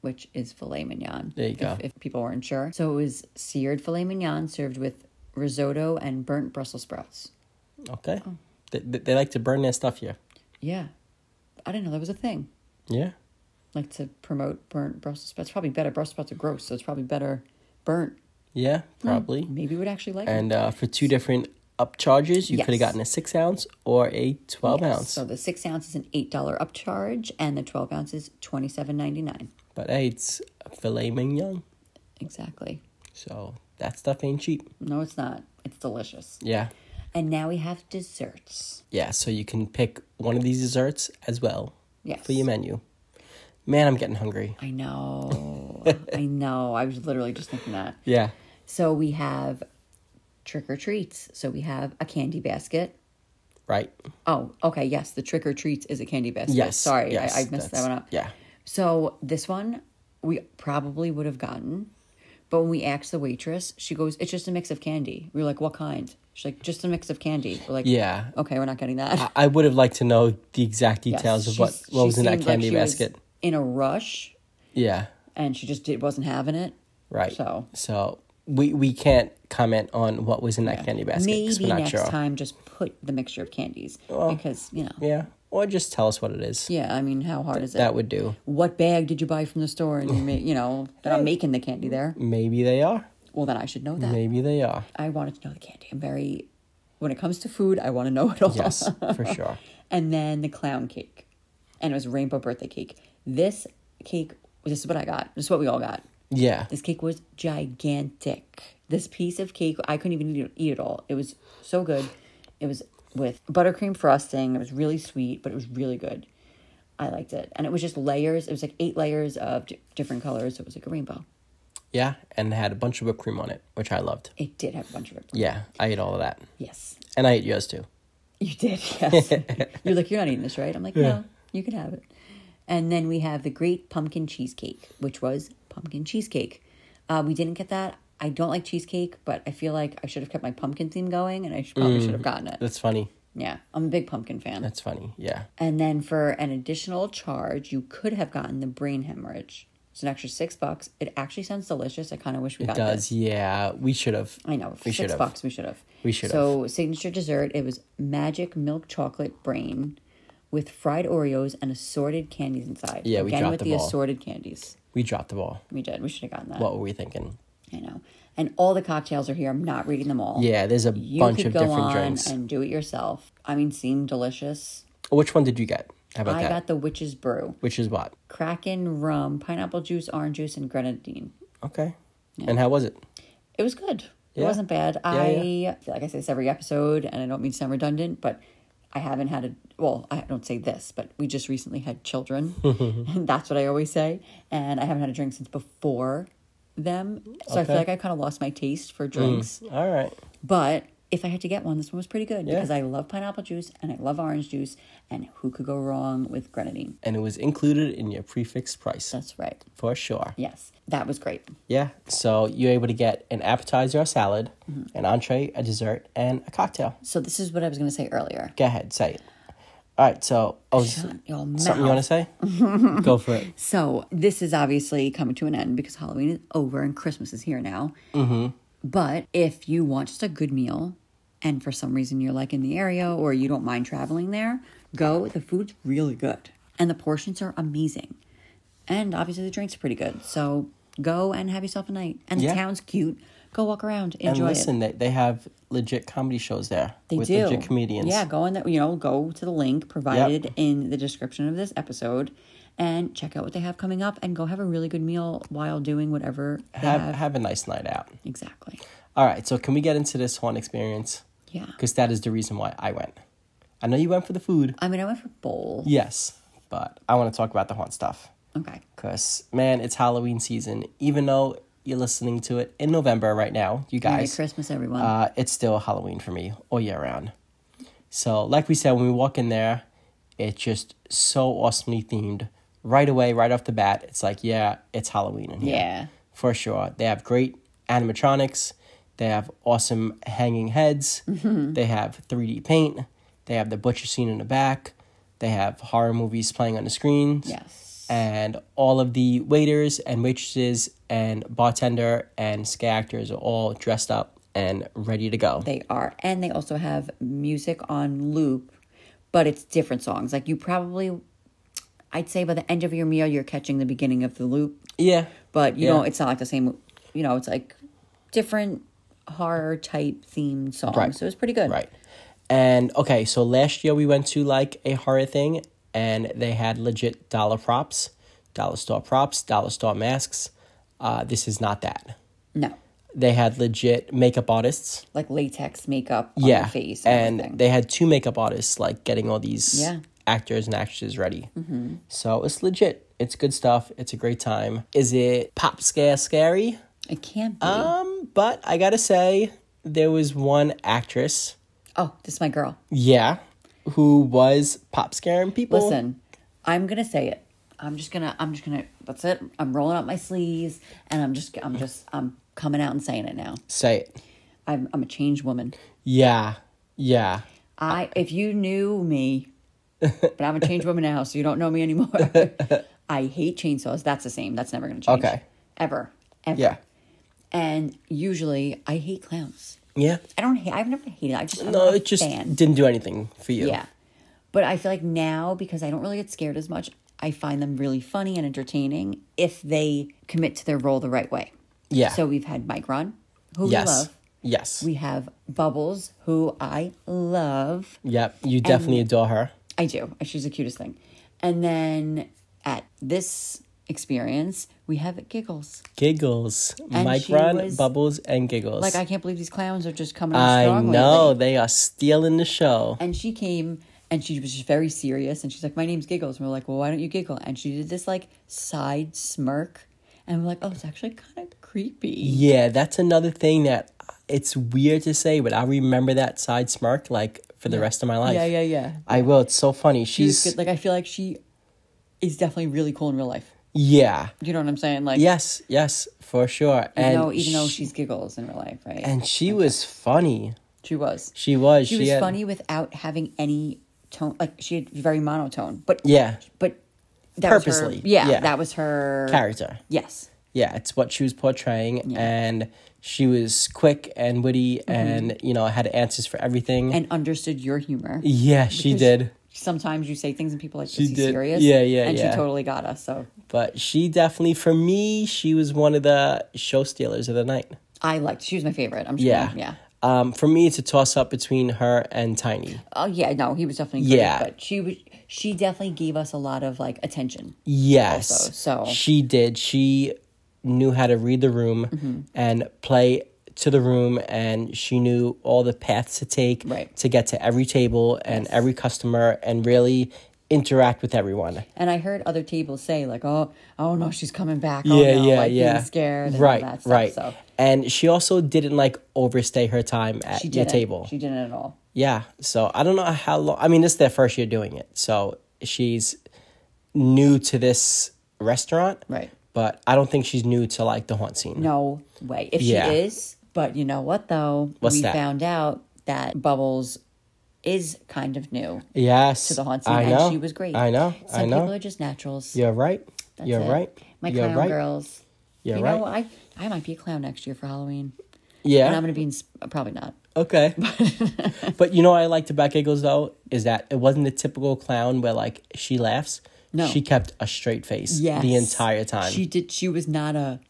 D: which is filet mignon.
C: There you
D: if,
C: go.
D: If people weren't sure. So it was seared filet mignon served with risotto and burnt Brussels sprouts.
C: Okay.
D: Oh.
C: They, they, they like to burn their stuff here.
D: Yeah. I didn't know that was a thing.
C: Yeah.
D: Like to promote burnt Brussels sprouts. Probably better. Brussels sprouts are gross, so it's probably better burnt.
C: Yeah, probably.
D: Maybe we would actually like it.
C: And uh, for two different upcharges, you
D: Yes.
C: could have gotten a six ounce or a twelve
D: Yes.
C: ounce.
D: So the six ounce is an eight dollar upcharge, and the twelve ounce is twenty seven ninety nine.
C: But hey, it's filet mignon,
D: Exactly.
C: so that stuff ain't cheap.
D: No, it's not. It's delicious.
C: Yeah,
D: And now we have desserts.
C: yeah. So you can pick one of these desserts as well
D: Yes.
C: for your menu. Man, I'm getting hungry. <laughs>
D: I know. I know. I was literally just thinking that.
C: Yeah,
D: So we have trick or treats. So we have a candy basket.
C: right.
D: Oh, okay. Yes, the trick or treats is a candy basket.
C: Yes.
D: Sorry,
C: yes,
D: I, I messed that
C: that's-
D: one up.
C: Yeah,
D: So this one we probably would have gotten, but when we asked the waitress, she goes, "It's just a mix of candy." We were like, "What kind?" She's like, "Just a mix of candy." We're like,
C: yeah.
D: Okay, we're not getting that.
C: I would have liked to know the exact
D: <laughs> Yes,
C: details of
D: she-
C: what what
D: she
C: was in that
D: seemed like
C: candy
D: she was
C: basket.
D: In a rush,
C: Yeah,
D: and she just did, wasn't having it.
C: right.
D: So
C: so we we can't comment on what was in that candy basket. 'cause
D: maybe
C: we're not
D: next
C: sure. Oh.
D: time just put the mixture of candies because you know. Yeah.
C: Yeah, or just tell us what it is.
D: I mean, how hard is it?
C: That would do.
D: what bag did you buy from the store? And you, ma- you know, they're not making the candy there.
C: Maybe they are.
D: Well, then I should know that.
C: Maybe they are.
D: I wanted to know the candy. I'm very, when it comes to food, I <laughs> want to know it all.
C: Yes, for sure.
D: and then the clown cake, and it was rainbow birthday cake. This cake, this is what I got. This is what we all got.
C: Yeah.
D: This cake was gigantic. This piece of cake, I couldn't even eat it, eat it all. It was so good. It was with buttercream frosting. It was really sweet, but it was really good. I liked it. And it was just layers. It was like eight layers of d- different colors. It was like a rainbow.
C: Yeah. And it had a bunch of whipped cream on it, which I loved.
D: It did have a bunch of it.
C: Yeah. I ate all of that.
D: Yes.
C: And I ate yours too.
D: You did, <laughs>
C: <laughs>
D: yes. You're like, you're not eating this, right? I'm like, no, you can have it. And then we have the great pumpkin cheesecake, which was pumpkin cheesecake. Uh, we didn't get that. I don't like cheesecake, but I feel like I should have kept my pumpkin theme going, and I should, probably should have gotten it.
C: Mm. That's funny.
D: Yeah, I'm a big pumpkin fan.
C: That's funny. Yeah.
D: And then for an additional charge, you could have gotten the brain hemorrhage. It's an extra six bucks. It actually sounds delicious. I kind of wish we
C: It
D: got
C: does.
D: this.
C: Yeah. We should have.
D: I know. For
C: We should
D: six
C: have.
D: bucks, we should have.
C: We should
D: So signature dessert, it was magic milk chocolate brain with fried Oreos and assorted candies inside.
C: Yeah, we
D: Again
C: dropped
D: with
C: the
D: the,
C: ball.
D: assorted candies.
C: We dropped the ball.
D: We did. We should have gotten that.
C: What were we thinking?
D: I know. And all the cocktails are here. I'm not reading them all.
C: Yeah. There's a
D: You
C: bunch
D: could
C: of
D: go
C: different
D: on
C: drinks.
D: and do it yourself. I mean, seemed delicious.
C: Which one did you get? How about
D: I
C: that?
D: got the witch's brew,
C: Which is what?
D: Kraken rum, pineapple juice, orange juice, and grenadine.
C: Okay. And how was it?
D: It was good. It
C: Yeah.
D: wasn't bad.
C: Yeah,
D: I
C: yeah.
D: feel like I say this every episode, and I don't mean to sound redundant, but I haven't had a well, I don't say this, but we just recently had children,
C: <laughs>
D: <laughs> and that's what I always say. And I haven't had a drink since before them, so I feel
C: Okay.
D: like I kind of lost my taste for drinks.
C: All right.
D: But if I had to get one, this one was pretty good
C: Yeah.
D: because I love pineapple juice and I love orange juice, and who could go wrong with grenadine?
C: And it was included in your prefix price
D: That's right.
C: for sure.
D: Yes, that was great.
C: Yeah. So you're able to get an appetizer, a salad,
D: Mm-hmm.
C: an entree, a dessert, and a cocktail.
D: So this is what I was going to say earlier.
C: Go ahead, say it. All right. So, oh, s-
D: Shut your
C: something you
D: mouth.
C: want to
D: <laughs>
C: say? Go for it.
D: So this is obviously coming to an end because Halloween is over and Christmas is here now. Mm-hmm. But if you want just a good meal, and for some reason you're like in the area or you don't mind traveling there, go. The food's really good and the portions are amazing, and obviously the drinks are pretty good. So go and have yourself a night. And the
C: Yeah.
D: town's cute. Go walk around,
C: And
D: enjoy
C: listen,
D: it.
C: they, they have legit comedy shows there
D: They
C: with
D: do
C: legit comedians.
D: Yeah, go on that. You know, go to the link provided in the description of this episode and check out what they have coming up and go have a really good meal while doing whatever they have.
C: Have, have a nice night out.
D: Exactly.
C: All right. So, can we get into this one experience?
D: Yeah.
C: Because that is the reason why I went. I know you went for the food.
D: I mean, I went for bowl.
C: Yes. But I want to talk about the haunt stuff.
D: Okay.
C: Because, man, it's Halloween season. Even though you're listening to it in November right now, you
D: Merry
C: guys,
D: Christmas, everyone.
C: uh, it's still Halloween for me all year round. So, like we said, when we walk in there, it's just so awesomely themed. Right away, right off the bat, it's like, yeah, it's Halloween in here.
D: Yeah.
C: For sure. They have great animatronics. They have awesome hanging heads.
D: Mm-hmm.
C: They have 3D paint. They have the butcher scene in the back. They have horror movies playing on the screens
D: yes.
C: and all of the waiters and waitresses and bartender and sky actors are all dressed up and ready to go.
D: They are. And they also have music on loop, but it's different songs. Like, you probably, I'd say by the end of your meal, you're catching the beginning of the loop.
C: yeah,
D: but you
C: Yeah.
D: know it's not like the same you know it's like different horror type themed songs
C: Right.
D: so it was pretty good
C: right. And okay, so last year we went to like a horror thing and they had legit dollar props, dollar store props, dollar store masks. Uh, this is not that.
D: no
C: They had legit makeup artists.
D: like latex makeup on
C: yeah,
D: your face
C: and
D: and, everything.
C: they had two makeup artists like getting all these
D: Yeah. Mm-hmm.
C: actors and actresses ready. So it's legit. It's good stuff. It's a great time. Is it pop scare scary?
D: it can't be
C: Um, but I gotta say there was one actress,
D: oh this is my girl
C: yeah, who was pop scaring people.
D: listen i'm gonna say it i'm just gonna i'm just gonna that's it i'm rolling up my sleeves and i'm just i'm just i'm coming out and saying it now
C: say it.
D: i'm, I'm a changed woman
C: Yeah, yeah.
D: I if you knew me, but I'm a changed woman now, so you don't know me
C: <laughs>
D: anymore. I hate chainsaws. That's the same. That's never going to change.
C: Okay.
D: Ever. Ever.
C: Yeah.
D: And usually I hate clowns.
C: Yeah.
D: I don't hate. I've never hated. I just I'm
C: No,
D: not a
C: it just
D: fan.
C: didn't do anything for you.
D: yeah. But I feel like now because I don't really get scared as much, I find them really funny and entertaining if they commit to their role the right way.
C: Yeah.
D: So we've had Mike Ron, who
C: yes.
D: we love.
C: Yes.
D: We have Bubbles, who I love.
C: yep. You definitely adore her.
D: I do. She's the cutest thing. And then at this experience, we have giggles.
C: Giggles.
D: And she
C: Micron,
D: was-
C: Bubbles, and Giggles.
D: Like I can't believe these clowns are just coming. out
C: I
D: strong
C: know.
D: lately.
C: They are stealing the show.
D: And she came and she was just very serious and she's like, My name's Giggles. And we're like, Well, why don't you giggle? And she did this like side smirk. And we're like, Oh, it's actually kind of creepy.
C: Yeah, that's another thing that it's weird to say, but I remember that side smirk like for the rest of my life.
D: Yeah, yeah, yeah.
C: I will. It's so funny.
D: She was
C: She's
D: good. Like, I feel like she is definitely really cool in real life.
C: yeah,
D: You know what I'm saying? Like,
C: yes, yes, for sure.
D: Even,
C: and
D: though, even though
C: she,
D: she's Giggles in real life, right?
C: and she was funny.
D: she was.
C: She was.
D: She was
C: had-
D: funny without having any tone. Like, she had very monotone. But,
C: Yeah,
D: But that
C: Purposely,
D: Was her, yeah,
C: yeah.
D: That was her.
C: character.
D: Yes.
C: Yeah, it's what she was portraying, and she was quick and witty, and you know had answers for everything.
D: Mm-hmm. And understood your humor.
C: yeah, she
D: Because
C: did.
D: Sometimes you say things and people are like, is he
C: did.
D: serious?
C: Yeah, yeah,
D: And
C: yeah.
D: she totally got us. So
C: But she definitely, for me, she was one of the show stealers of the night.
D: I liked. She was my favorite. I'm sure.
C: Yeah.
D: Yeah. Mm, yeah.
C: Um, for me, it's a toss up between her and Tiny.
D: Oh yeah. No, he was definitely. Great,
C: Yeah.
D: But she was. She definitely gave us a lot of like attention.
C: Yes.
D: Also, so-
C: She did. She knew how to read the room
D: Mm-hmm.
C: and play to the room, and she knew all the paths to take
D: Right.
C: to get to every table and every customer and really interact with everyone.
D: And I heard other tables say like, oh, oh no, she's coming back. Oh, no, like Being scared. And
C: right,
D: All that stuff.
C: right.
D: So
C: And she also didn't like overstay her time at
D: she
C: your
D: didn't.
C: table.
D: She didn't at all.
C: Yeah. So I don't know how long. I mean, this is their first year doing it. So she's new to this restaurant.
D: Right.
C: But I don't think she's new to like the haunt scene.
D: No way. If
C: Yeah.
D: she is, but you know what though?
C: What's
D: we
C: that?
D: found out that Bubbles is kind of new.
C: Yes.
D: to the haunt scene,
C: I
D: and
C: know.
D: she was great.
C: I know.
D: Some
C: I know.
D: people are just naturals.
C: You're right.
D: That's
C: You're
D: it.
C: right.
D: My
C: You're
D: clown
C: right.
D: girls.
C: You're
D: you
C: right.
D: know, I I might be a clown next year for Halloween,
C: Yeah.
D: and I'm gonna be in, s- probably not.
C: Okay.
D: <laughs>
C: but you know what I liked about Giggles though is that it wasn't the typical clown where like she laughs.
D: No.
C: She kept a straight face
D: Yes.
C: the entire time.
D: She did. She was not a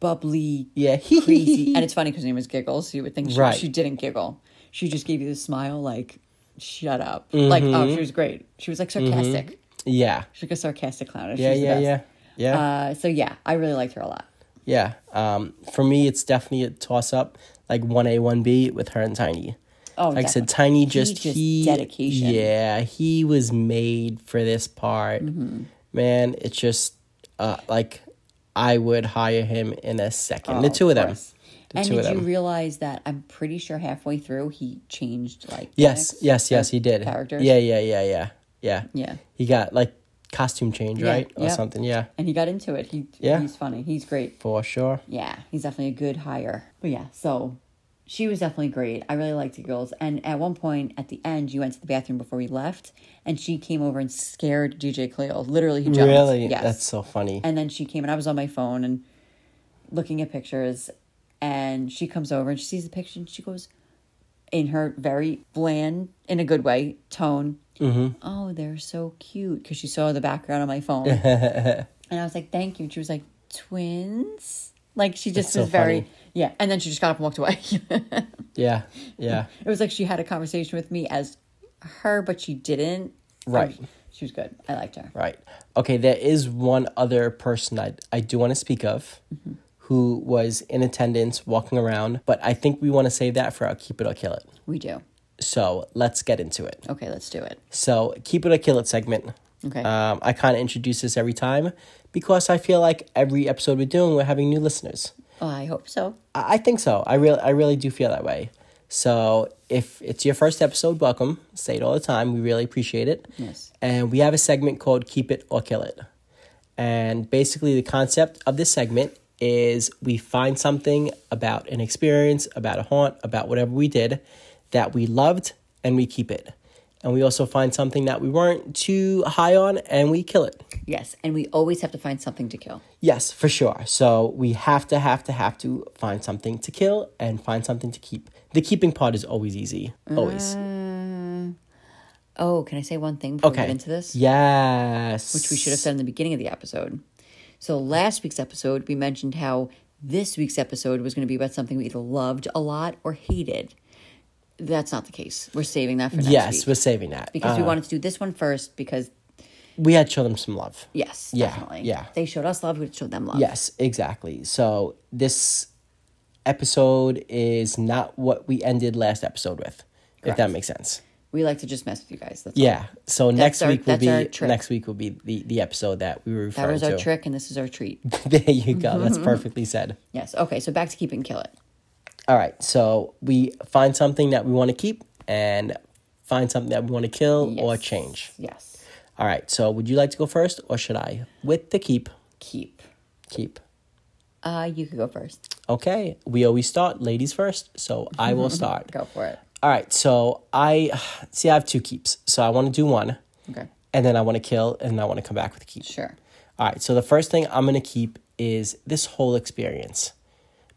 D: bubbly,
C: yeah. <laughs>
D: crazy. and it's funny because her name is Giggles. So you would think she,
C: Right.
D: she didn't giggle. She just gave you the smile, like shut up.
C: Mm-hmm.
D: Like oh, she was great. She was like sarcastic.
C: yeah.
D: She's like a sarcastic clown.
C: Mm-hmm. Yeah.
D: She's the
C: Yeah.
D: best.
C: Yeah. Yeah.
D: Uh, so yeah, I really liked her a lot.
C: Yeah. Um, for me, it's definitely a toss up, like one A, one B with her and Tiny.
D: Oh,
C: like I said,
D: definitely.
C: Tiny
D: He
C: just
D: just
C: he-
D: dedication.
C: Yeah, he was made for this part.
D: Mm-hmm.
C: Man, it's just uh, like I would hire him in a second. the
D: Oh,
C: two of them.
D: course.
C: The
D: and
C: two
D: did
C: of
D: you
C: them.
D: realize that I'm pretty sure halfway through he changed like
C: yes,
D: gimmicks
C: yes,
D: or
C: yes. He did.
D: characters.
C: Yeah, yeah, yeah, yeah, yeah.
D: Yeah.
C: He got like costume change,
D: Yeah,
C: right, or
D: yeah.
C: something. Yeah,
D: and he got into it. He
C: Yeah.
D: he's funny. He's great.
C: for sure.
D: Yeah, he's definitely a good hire. But yeah, so she was definitely great. I really liked the girls. And at one point at the end, you went to the bathroom before we left, and she came over and scared DJ Cleo. Literally, he jumped.
C: Really,
D: Yes.
C: that's so funny.
D: And then she came and I was on my phone and looking at pictures and she comes over and she sees the picture and she goes in her very bland in a good way tone
C: Mm-hmm.
D: oh they're so cute because she saw the background on
C: <laughs>
D: my phone and i was like thank you and she was like twins like she just
C: That's so
D: was very
C: funny.
D: yeah and then she just got up and walked away <laughs> it
C: yeah, yeah.
D: was like she had a conversation with me as her but she didn't
C: Right.
D: she was good i liked her
C: Right. Okay, there is one other person I, I do want to speak of who was in attendance walking around, but I think we want to save that for our Keep It or Kill It.
D: we do
C: So let's get into it.
D: okay let's do it
C: So, Keep It or Kill It segment.
D: Okay.
C: Um, I kind of introduce this every time because I feel like every episode we're doing, we're having new listeners.
D: oh, i hope so
C: I I think so. I really, I really do feel that way. So if it's your first episode, welcome. Say it all the time. We really appreciate it.
D: Yes.
C: And we have a segment called "Keep It or Kill It," and basically the concept of this segment is we find something about an experience, about a haunt, about whatever we did that we loved, and we keep it. And we also find something that we weren't too high on, and we kill it.
D: Yes, and we always have to find something to kill.
C: Yes, for sure. So we have to, have to, have to find something to kill and find something to keep. The keeping part is always easy. Always.
D: Mm, Oh, can I say one thing before we
C: okay.
D: get into this?
C: Yes.
D: Which we should have said in the beginning of the episode. So last week's episode, we mentioned how this week's episode was going to be about something we either loved a lot or hated. That's not the case. We're saving that for next
C: Yes,
D: week.
C: we're saving that.
D: because we
C: Uh,
D: wanted to do this one first because
C: we had shown them some love.
D: Yes,
C: Yeah,
D: definitely.
C: yeah.
D: They showed us love, we showed them love.
C: Yes, exactly. So this episode is not what we ended last episode with, if that makes sense.
D: We like to just mess with you guys. That's all.
C: Yeah. So next
D: our-
C: week will
D: that's our
C: be
D: trick.
C: next week will be the, the episode that we were referring
D: That was
C: to.
D: our trick and this is our treat.
C: <laughs> there you go.
D: <laughs>
C: That's perfectly said.
D: yes. Okay, so back to keep it and kill it.
C: All right. So we find something that we want to keep and find something that we want to kill or
D: Yes.
C: change.
D: Yes.
C: All right. So would you like to go first or should I? With the keep,
D: Keep.
C: keep.
D: Uh you could go first.
C: Okay. We always start ladies first. So I
D: <laughs>
C: will start.
D: Go for it.
C: All right. So I see I have two keeps. So I want to do one
D: Okay.
C: and then I want to kill and I want to come back with a keep.
D: Sure.
C: All right, so the first thing I'm going to keep is this whole experience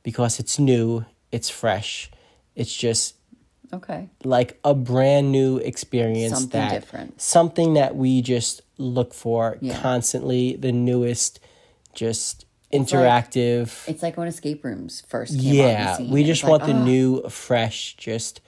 C: because it's new, it's fresh, it's just
D: Okay.
C: like a brand new experience
D: Something
C: that
D: different.
C: something that we just look for
D: Yeah.
C: constantly, the newest, just interactive.
D: It's like when escape rooms first came
C: yeah,
D: on the scene.
C: we
D: It's
C: just
D: like,
C: want the
D: "Ah."
C: new, fresh, just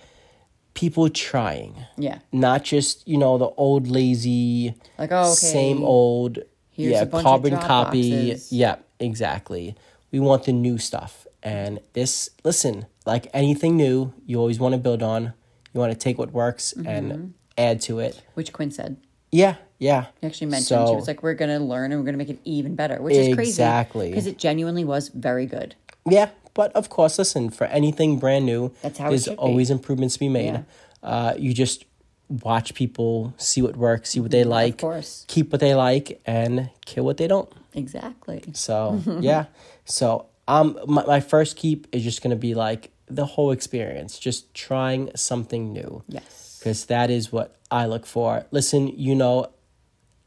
C: people trying,
D: Yeah.
C: not just you know the old lazy
D: Like, oh, okay,
C: same old
D: here's
C: yeah
D: a bunch of
C: carbon
D: drop
C: copy
D: boxes.
C: yeah exactly we want the new stuff and this listen like anything new you always want to build on you want to take what works
D: Mm-hmm.
C: and add to it
D: Which Quinn said.
C: yeah yeah
D: She actually mentioned she
C: So-
D: was like, "We're gonna learn and we're gonna make it even better," which is crazy,
C: Exactly.
D: because it genuinely was very good.
C: Yeah, but of course, listen, for anything brand new,
D: That's how it
C: there's
D: should be.
C: always improvements to be made.
D: Yeah.
C: Uh, you just watch people, see what works, see what they like,
D: Mm-hmm. course.
C: keep what they like, and kill what they don't.
D: Exactly.
C: So,
D: Mm-hmm.
C: yeah. So, um, my, my first keep is just going to be like the whole experience, just trying something new.
D: Yes.
C: Because that is what I look for. Listen, you know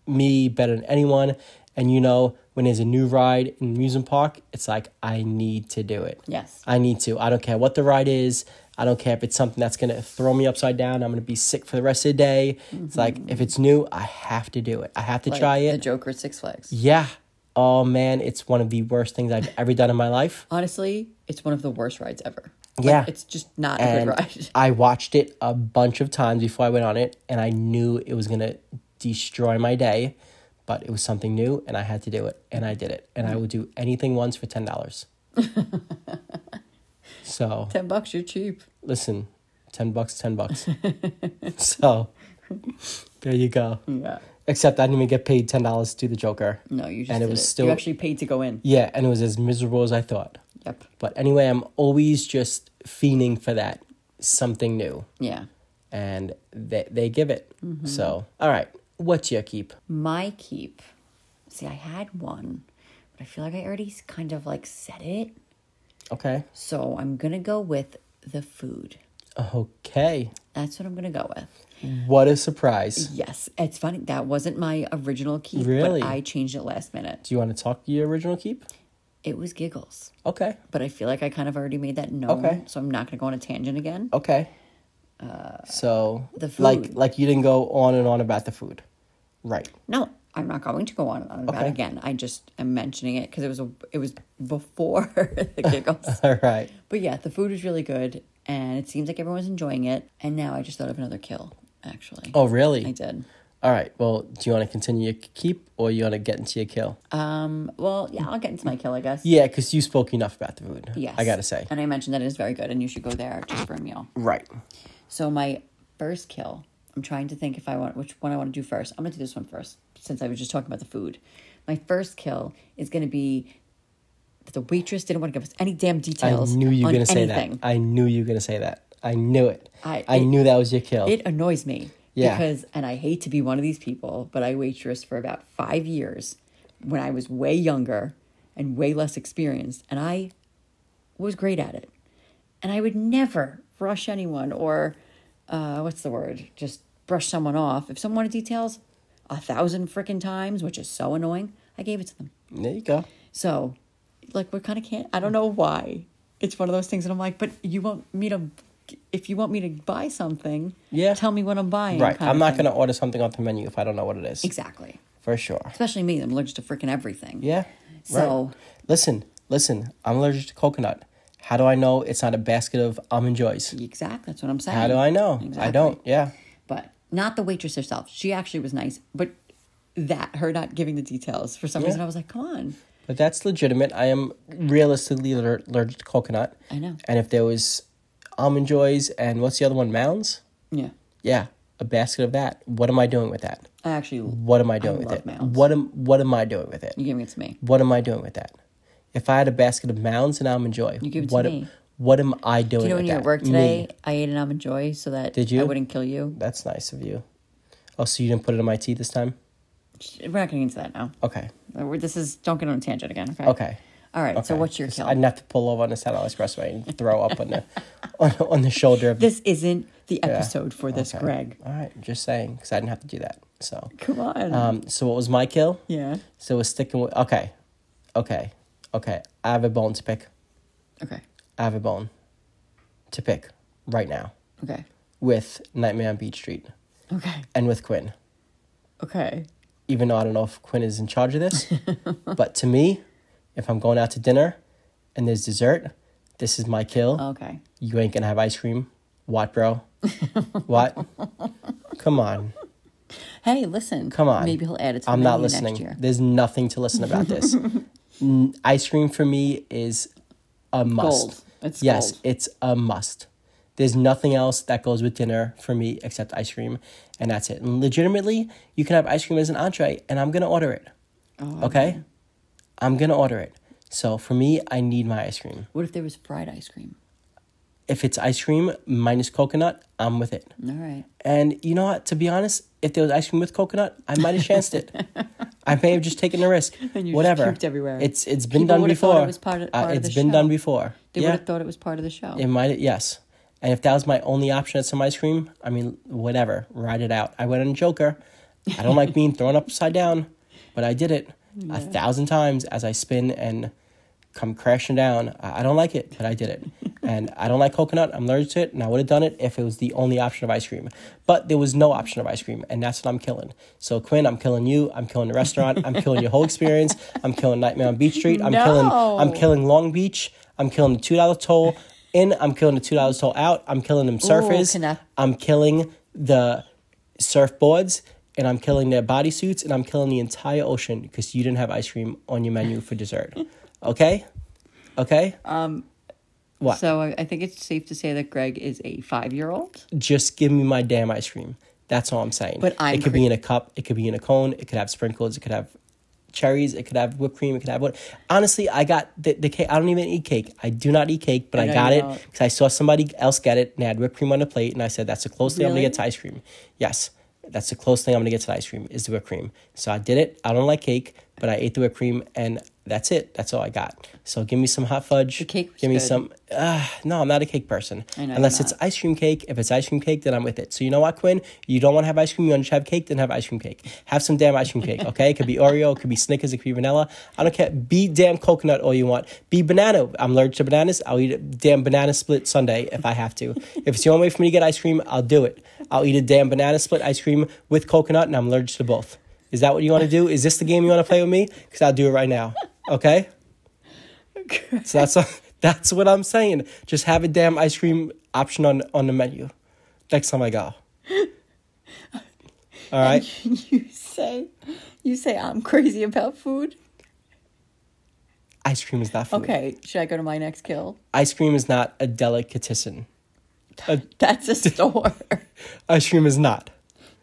C: me better than anyone. And you know, when there's a new ride in an amusement park, it's like, I need to do it.
D: Yes.
C: I need to. I don't care what the ride is. I don't care if it's something that's going to throw me upside down. I'm going to be sick for the rest of the day. It's like, if it's new, I have to do it. I have to
D: Like
C: try
D: Mm-hmm. The
C: it.
D: Joker at Six Flags.
C: yeah. Oh, man. It's one of the worst things I've ever done in my
D: <laughs>
C: life.
D: Honestly, it's one of the worst rides ever. Like,
C: Yeah.
D: It's just not a good
C: and
D: ride. <laughs>
C: I watched it a bunch of times before I went on it, and I knew it was gonna destroy my day, but it was something new, and I had to do it, and I did it, and I will do anything once for ten
D: <laughs>
C: dollars. so
D: Ten bucks, you're cheap.
C: listen, ten bucks, ten bucks. <laughs> so there you go.
D: Yeah.
C: Except I didn't even get paid ten dollars to do the Joker.
D: No, you just
C: and
D: did
C: it was still
D: you actually paid to go in.
C: yeah, and it was as miserable as I thought.
D: Yep.
C: But anyway, I'm always just fiending for that something new
D: Yeah.
C: and they, they give it.
D: Mm-hmm.
C: So, all right, what's your keep?
D: My keep. See, I had one, but I feel like I already kind of like said it.
C: Okay.
D: So I'm gonna go with the food.
C: Okay.
D: That's what I'm gonna go with.
C: What a surprise.
D: Yes, it's funny. That wasn't my original keep,
C: Really?
D: but I changed it last minute.
C: Do you want to talk to your original keep?
D: It was giggles,
C: Okay.
D: but I feel like I kind of already made that known,
C: Okay. Oh.
D: so I'm not going to go on a tangent again.
C: Okay. so,
D: Uh, the
C: like
D: food.
C: like you didn't go on and on about the food. Right. <laughs>
D: No, I'm not going to go on and on about it
C: Okay.
D: again. I just am mentioning it because it was a, it was before
C: <laughs>
D: <laughs> the giggles.
C: All right.
D: but yeah, the food was really good, and it seems like everyone's enjoying it. And now I just thought of another kill, actually.
C: Oh, really?
D: I did.
C: All right. Well, do you want to continue your keep or you want to get into your kill?
D: Um. Well, yeah, I'll get into my kill, I guess.
C: yeah, cuz you spoke enough about the food.
D: Yes.
C: I got to say.
D: And I mentioned that it is very good, and you should go there just for a meal.
C: Right.
D: So my first kill, I'm trying to think if I want which one I want to do first. I'm gonna do this one first since I was just talking about the food. My first kill is gonna be that the waitress didn't want to give us any damn details.
C: I knew you were
D: on
C: going to say
D: anything.
C: that. I knew you were going to say that. I knew it.
D: I-
C: I
D: it-
C: knew that was your kill.
D: It annoys me
C: Yeah.
D: because, and I hate to be one of these people, but I waitressed for about five years when I was way younger and way less experienced, and I was great at it. And I would never rush anyone or, uh, what's the word? Just brush someone off. If someone wanted details, a thousand freaking times, which is so annoying, I gave it to them.
C: there you go.
D: So, like, we kind of can't. I don't know why. It's one of those things that I'm like, but you want me to, if you want me to buy something,
C: Yeah.
D: tell me what I'm buying.
C: Right.
D: kind
C: I'm
D: of
C: not
D: thing.
C: going to order something off the menu if I don't know what it is.
D: Exactly.
C: For sure.
D: Especially me, I'm allergic to freaking everything.
C: Yeah.
D: So-
C: listen, listen, I'm allergic to coconut. How do I know it's not a basket of almond joys?
D: Exactly. That's what I'm saying.
C: How do I know? I
D: Exactly.
C: don't. Yeah.
D: But not the waitress herself. She actually was nice, but that her not giving the details for some reason. I was like, come on.
C: But that's legitimate. I am realistically aller- allergic to coconut.
D: I know.
C: And if there was almond joys and what's the other one? Mounds?
D: Yeah,
C: Yeah, a basket of that. What am I doing with that?
D: I actually.
C: What am I doing with
D: love
C: it?
D: Mounds.
C: What am What am I doing with it?
D: You giving it to me?
C: What am I doing with that? If I had a basket of mounds and almond joy, you
D: give it to
C: what
D: me.
C: Am, what am I doing?
D: You know,
C: with
D: when you were
C: that?
D: at work
C: Me.
D: today, I ate an almond joy so that
C: Did you?
D: I wouldn't kill you.
C: That's nice of you. Oh, so you didn't put it in my tea this time?
D: We're not getting into that now.
C: Okay.
D: Uh, we're- This is don't get on a tangent again. Okay.
C: Okay.
D: All right. So
C: Okay.
D: what's your
C: 'Cause
D: kill?
C: I'd have to pull over on the Saddle Expressway and throw up on the <laughs> on, on the shoulder of
D: This isn't the episode for this,
C: Okay.
D: Greg.
C: All right, just saying because I didn't have to do that. So,
D: Come on.
C: um, so what was my kill?
D: yeah.
C: So we're sticking with. Okay, okay, okay. I have a bone to pick.
D: Okay.
C: I have a bone to pick right now
D: Okay.
C: with Nightmare on Beach Street
D: Okay.
C: and with Quinn.
D: Okay.
C: Even though I don't know if Quinn is in charge of
D: <laughs>
C: this, but to me, if I'm going out to dinner and there's dessert, this is my kill.
D: Okay.
C: You ain't gonna have ice cream. What, bro?
D: <laughs>
C: what? Come on.
D: Hey, listen.
C: Come on.
D: Maybe he'll add it. To the
C: I'm not
D: menu
C: listening.
D: Next year.
C: There's nothing to listen about
D: <laughs>
C: this. N- ice cream for me is a must.
D: Gold. It's
C: yes,
D: gold.
C: it's a must. There's nothing else that goes with dinner for me except ice cream, and that's it. And legitimately, you can have ice cream as an entree, and I'm gonna order it.
D: Oh,
C: okay, I'm gonna order it. So for me, I need my ice cream.
D: What if there was fried ice cream?
C: If it's ice cream minus coconut, I'm with it.
D: All right.
C: And you know what? To be honest, if there was ice cream with coconut, I might have chanced it. I may have just taken a risk.
D: <laughs> And you just
C: Whatever.
D: puked everywhere.
C: It's it's been
D: People
C: done
D: would've thought
C: before.
D: it was part of-
C: Uh,
D: part of
C: it's
D: the
C: been
D: show.
C: done before.
D: They
C: yeah.
D: would have thought it was part of the show.
C: it might. Yes. And if that was my only option at some ice cream, I mean, whatever. Ride it out. I went on Joker. I don't like being thrown upside down, but I did it a thousand times as I spin and come crashing down. I I don't like it, but I did it. and I don't like coconut. I'm allergic to it, and I would have done it if it was the only option of ice cream. But there was no option of ice cream, and that's what I'm killing. So Quinn, I'm killing you. I'm killing the restaurant. I'm killing your whole experience. I'm killing Nightmare on Beach Street. I'm killing. I'm
D: No.
C: killing Long Beach. I'm killing the two dollar toll in. I'm killing the two dollars toll out. I'm killing them surfers.
D: can I-
C: I'm killing the surfboards. And I'm killing their bodysuits, and I'm killing the entire ocean because you didn't have ice cream on your menu for
D: <laughs>
C: dessert. Okay, okay. what?
D: So I, I think it's safe to say that Greg is a five-year-old. <laughs>
C: just give me my damn ice cream. That's all I'm saying.
D: But I'm
C: it could
D: cre-
C: be in a cup, it could be in a cone, it could have sprinkles, it could have cherries, it could have whipped cream, it could have what. Honestly, I got the, the cake. I don't even eat cake. I do not eat cake, but I,
D: know
C: got
D: you
C: it
D: don't.
C: because I saw somebody else get it and they had whipped cream on the plate, and I said that's the closest thing I'm gonna
D: Really?
C: get to ice cream. Yes, that's the closest thing I'm gonna get to the ice cream is the whipped cream. So I did it. I don't like cake, but I ate the whipped cream and. That's it. That's all I got. So give me some hot fudge.
D: cake was
C: give me
D: good.
C: some. Uh, no, I'm not a cake person.
D: I know
C: Unless
D: you're
C: it's ice cream cake. If it's ice cream cake, then I'm with it. So you know what, Quinn? You don't want to have ice cream. You want to have cake, then have ice cream cake. Have some damn ice cream cake, okay? It could be Oreo, it could be Snickers, it could be vanilla. I don't care. Be damn coconut all you want. Be banana. I'm allergic to bananas. I'll eat a damn banana split Sunday if I have to. if it's the only way for me to get ice cream, I'll do it. I'll eat a damn banana split ice cream with coconut, and I'm allergic to both. Is that what you want to do? Is this the game you want to play with me? Because I'll do it right now, okay? So that's that's what <laughs> I'm saying. Just have a damn ice cream option on on the menu next time I
D: <laughs>
C: go. All right.
D: you say, you say I'm crazy about food.
C: Ice cream is not food.
D: Okay, should I go to my next kill?
C: Ice cream is not a delicatessen.
D: That's a store <laughs>
C: Ice cream is not.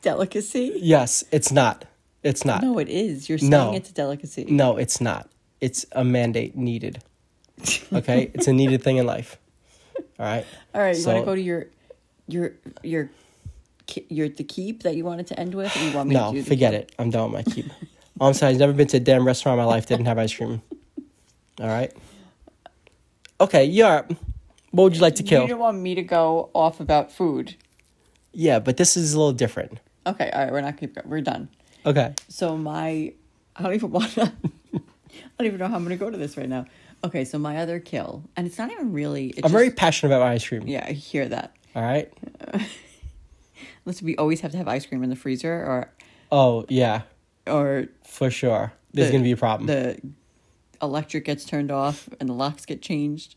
D: delicacy.
C: Yes, it's not. It's not.
D: No, it is. You're saying
C: No.
D: it's a delicacy.
C: No, it's not. It's a mandate
D: <laughs>
C: needed. Okay? it's a needed thing in life. All right.
D: All right, you want
C: So-
D: to go to your, your, your, ki- your the keep that you wanted to end with, or you want me to do
C: No,
D: the
C: forget it. I'm done with my
D: <laughs>
C: keep. All I'm saying, I've never been to a damn restaurant in my life that didn't have ice cream. All right. Okay, yeah. What would you like to
D: keep? You
C: kill?
D: don't want me to go off about food.
C: Yeah, but this is a little different.
D: Okay, all right, we're not keep going. We're done.
C: Okay.
D: So my, I don't even want to. <laughs> I don't even know how I'm going to go to this right now. Okay, so my other kill, and it's not even really. It's
C: I'm very
D: just-
C: passionate about my ice cream.
D: Yeah, I hear that.
C: All right.
D: Listen, we always have to have ice cream in the freezer, or
C: Oh, yeah,
D: or
C: for sure. There's
D: the-
C: going to be a problem.
D: The electric gets turned off and the locks get changed.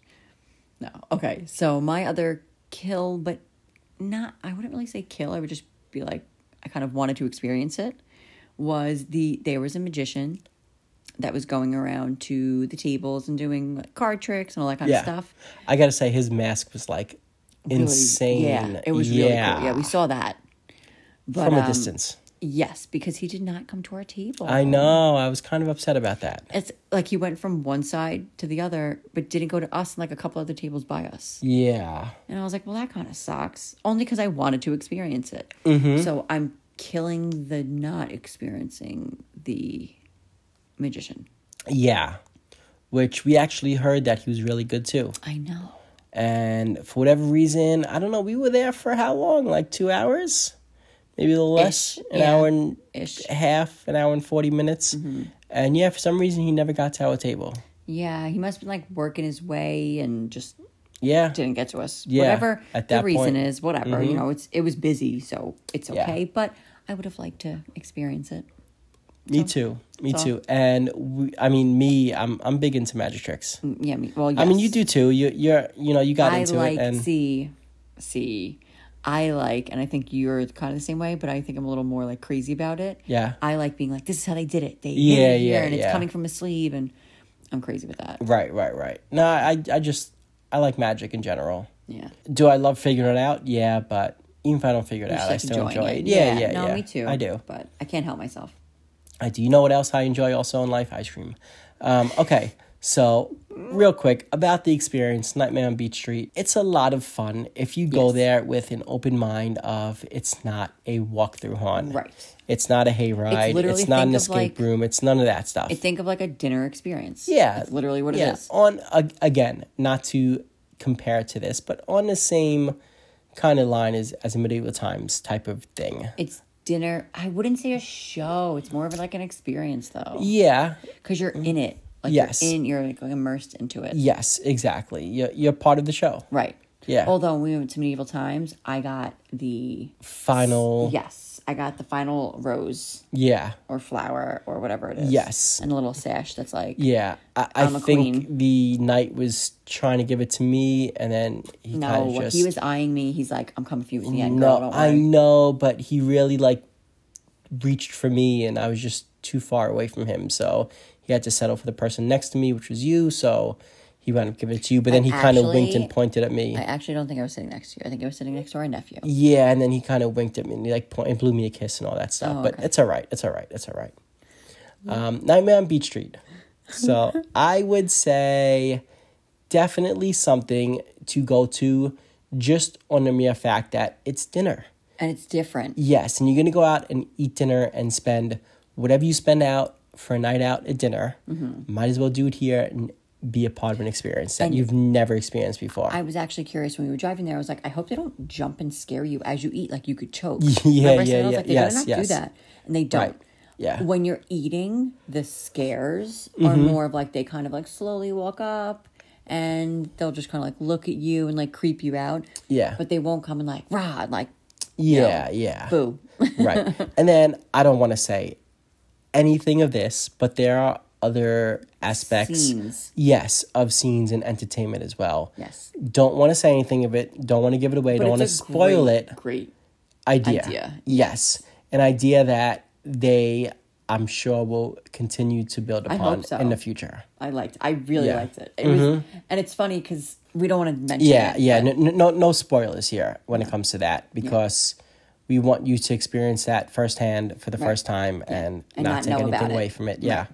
D: No. Okay. So my other kill, but not, I wouldn't really say kill. I would just be like, I kind of wanted to experience it, was the there was a magician that was going around to the tables and doing like, card tricks and all that kind
C: yeah.
D: of stuff.
C: I gotta say, his mask was like
D: Really-
C: insane.
D: yeah, it was really cool. Yeah, we saw that. But,
C: from a
D: um,
C: distance.
D: Yes, because he did not come to our table.
C: I know. I was kind of upset about that.
D: It's like he went from one side to the other, but didn't go to us and like a couple other tables by us.
C: Yeah.
D: And I was like, well, that kind of sucks. Only because I wanted to experience it.
C: Mm-hmm.
D: So I'm killing the not experiencing the magician.
C: Yeah. Which we actually heard that he was really good too.
D: I know.
C: And for whatever reason, I don't know, we were there for how long? Like two hours? Maybe a little less?
D: Ish,
C: An
D: yeah.
C: hour and
D: Ish. Mm-hmm.
C: half, an hour and 40 minutes. And yeah, for some reason, he never got to our table.
D: Yeah, he must have been like working his way and just
C: Yeah.
D: didn't get to us.
C: Yeah,
D: whatever
C: at
D: the
C: that
D: reason
C: point. Mm-hmm.
D: is, whatever. You know, it's it was busy, so it's
C: Yeah.
D: okay. But I would have liked to experience it.
C: Me too. Me
D: So-
C: too. And we, I mean, me, I'm, I'm big into magic tricks.
D: Mm, Yeah, me, well, yes.
C: I mean, you do too. You, you're, you know, you got
D: I
C: into
D: like
C: it. And
D: see, see. I like, and I think you're kind of the same way, but I think I'm a little more like crazy about it.
C: Yeah.
D: I like being like, this is how they did it. They
C: Yeah,
D: yeah, it here,
C: yeah,
D: and it's
C: yeah.
D: coming from a sleeve, and I'm crazy with that.
C: right, right, right. No, I, I just, I like magic in general.
D: Yeah,
C: Do I love figuring it out? Yeah, but even if I don't figure it out,
D: Just,
C: I
D: like,
C: still enjoy it.
D: enjoying
C: Yeah, yeah,
D: no,
C: yeah.
D: me too.
C: I do.
D: but I can't help myself.
C: I do. You know what else I enjoy also in life? Ice cream. Um, okay, so real quick about the experience, Nightmare on Beach Street. It's a lot of fun if you go there with an open mind of it's not a walkthrough haunt.
D: Right.
C: It's not a hayride. It's,
D: literally
C: not an
D: think of,
C: escape
D: like-
C: room. It's none of that stuff.
D: I think of like a dinner experience.
C: Yeah,
D: that's literally what
C: yeah.
D: it is.
C: On a- again, not to compare to this, but on the same kind of line as as a medieval times type of thing.
D: It's dinner. I wouldn't say a show. It's more of like an experience though,
C: Yeah.
D: because you're in it. Like
C: Yes.
D: you're in. You're like immersed into it.
C: Yes. Exactly. You're you're part of the show.
D: Right.
C: Yeah.
D: Although when we went to medieval times, I got the
C: Final.
D: yes, I got the final rose
C: Yeah.
D: or flower or whatever it is.
C: Yes.
D: And a little sash that's like
C: Yeah. I, I
D: I'm a
C: think the knight was trying to give it to me, and then he kind
D: No,
C: of just.
D: he was eyeing me. He's like, I'm coming for you in the end.
C: no,
D: girl, don't
C: I
D: worry."
C: know, but he really like reached for me, and I was just too far away from him. So he had to settle for the person next to me, which was you. So he wound up giving it to you, but then he kind of winked
D: actually-
C: and pointed at me.
D: I actually don't think I was sitting next to you. I think I was sitting next to our nephew.
C: yeah, and then he kind of winked at me and he like point, and blew me a kiss and all that stuff.
D: Oh,
C: but
D: okay.
C: it's all right. It's all right. It's all right. Um, Nightmare on Beach Street.
D: <laughs>
C: So I would say definitely something to go to just on the mere fact that it's dinner.
D: And it's different.
C: Yes, and you're gonna go out and eat dinner and spend whatever you spend out for a night out at dinner.
D: Mm-hmm.
C: Might as well do it here and be a part of an experience that you've never experienced before.
D: I was actually curious when we were driving there. I was like, I hope they don't jump and scare you as you eat, like you could choke.
C: <laughs> Yeah,
D: Remember
C: yeah,
D: I said- I was
C: yeah.
D: like, they
C: Yes,
D: better not
C: yes.
D: do that, and they don't.
C: Yeah. Mm-hmm.
D: When you're eating, the scares are more of like they kind of like slowly walk up, and they'll just kind of like look at you and like creep you out.
C: Yeah. Ah,
D: But they won't come and like rah, and, like
C: yeah, yeah.
D: <laughs> boo.
C: <laughs> right. And then I don't want to say anything of this, but there are other aspects.
D: Scenes.
C: Yes, of scenes and entertainment as well.
D: Yes.
C: Don't want to say anything of it. Don't want to give it away.
D: But
C: don't want to
D: it's a
C: spoil
D: great,
C: it.
D: Great.
C: idea.
D: Idea.
C: Yes. An idea that they, I'm sure, will continue to build upon
D: hope so.
C: in the future.
D: I liked. I really
C: Yeah. Mm-hmm.
D: liked it. It was, and it's funny because we don't want to mention.
C: Yeah,
D: it,
C: yeah.
D: but-
C: No, no, no spoilers here when it comes to that because we want you to experience that firsthand for the first time and,
D: And
C: not,
D: not
C: take
D: know about
C: anything
D: it.
C: away from it. Yeah.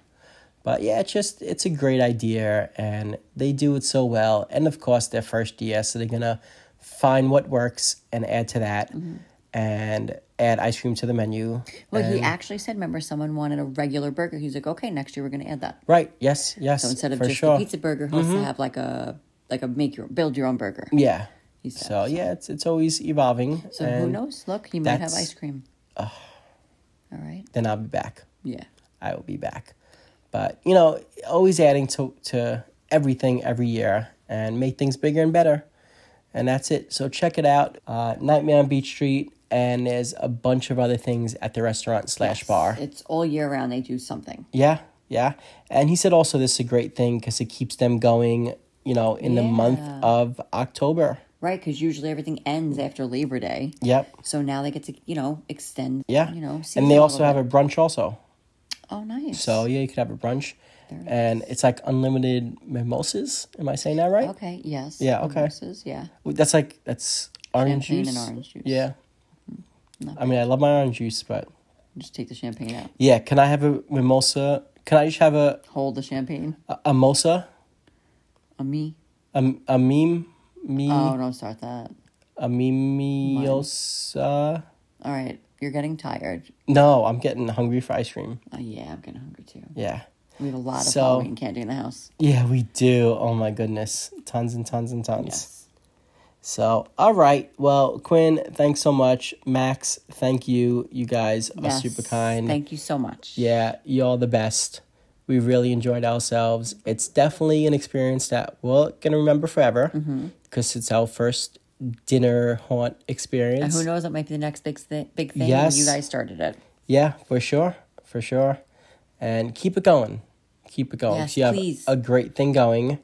C: But yeah, it's just it's a great idea and they do it so well. And of course, their first year, so they're gonna find what works and add to that,
D: Mm-hmm.
C: and add ice cream to the menu.
D: Well, he actually said, remember, someone wanted a regular burger. He's like, okay, next year we're going to add that.
C: Right. Yes. Yes.
D: So instead of
C: for
D: just
C: sure. Mm-hmm.
D: the pizza burger, he'll have like a like a make your build your own burger.
C: Yeah.
D: said,
C: so yeah, it's it's always evolving.
D: So who
C: and
D: knows? Look, he might have
C: that's-
D: ice cream. All right.
C: Then I'll be back.
D: Yeah.
C: I will be back. But you know, always adding to to everything every year and make things bigger and better. And that's it. So check it out, uh, Nightmare on Beach Street, and there's a bunch of other things at the restaurant slash bar.
D: It's all year round. They do something.
C: Yeah, yeah. And he said also this is a great thing because it keeps them going. You know, in the month
D: Yeah.
C: of October.
D: right? Because usually everything ends after Labor Day.
C: Yep.
D: So now they get to, you know, extend.
C: Yeah.
D: You know,
C: and they also have a brunch also.
D: Oh, nice.
C: So yeah, you could have a brunch, and it's like unlimited mimosas. Am I saying that right?
D: Okay. Yes.
C: Yeah, okay.
D: Mimosas, yeah.
C: That's like that's orange
D: Champagne
C: juice.
D: and orange juice. Mm-hmm.
C: Yeah. I mean, I love my orange juice, but
D: Just take the champagne out.
C: yeah, can I have a mimosa? Can I just have a
D: Hold the champagne.
C: a, a mosa?
D: A me.
C: A, a meme? Me?
D: Oh, don't start that.
C: a mimiosa?
D: All right. You're getting tired.
C: No, I'm getting hungry for ice cream.
D: Oh, yeah. I'm getting hungry too.
C: Yeah.
D: We have a lot of
C: So-
D: Halloween candy in the house.
C: Yeah, we do. Oh my goodness. Tons and tons and tons.
D: Yes.
C: So, all right. Well, Quinn, thanks so much. Max, thank you. You guys are
D: Yes.
C: super kind.
D: Thank you so much.
C: Yeah, y'all the best. We really enjoyed ourselves. It's definitely an experience that we're gonna remember forever
D: Mm-hmm.
C: because it's our first dinner haunt
D: And
C: experience.
D: who knows? It might be the next big thi- big thing.
C: Yes.
D: You guys started it.
C: Yeah, for sure, for sure, and keep it going, keep it going.
D: Yes,
C: you have
D: please.
C: a great thing going,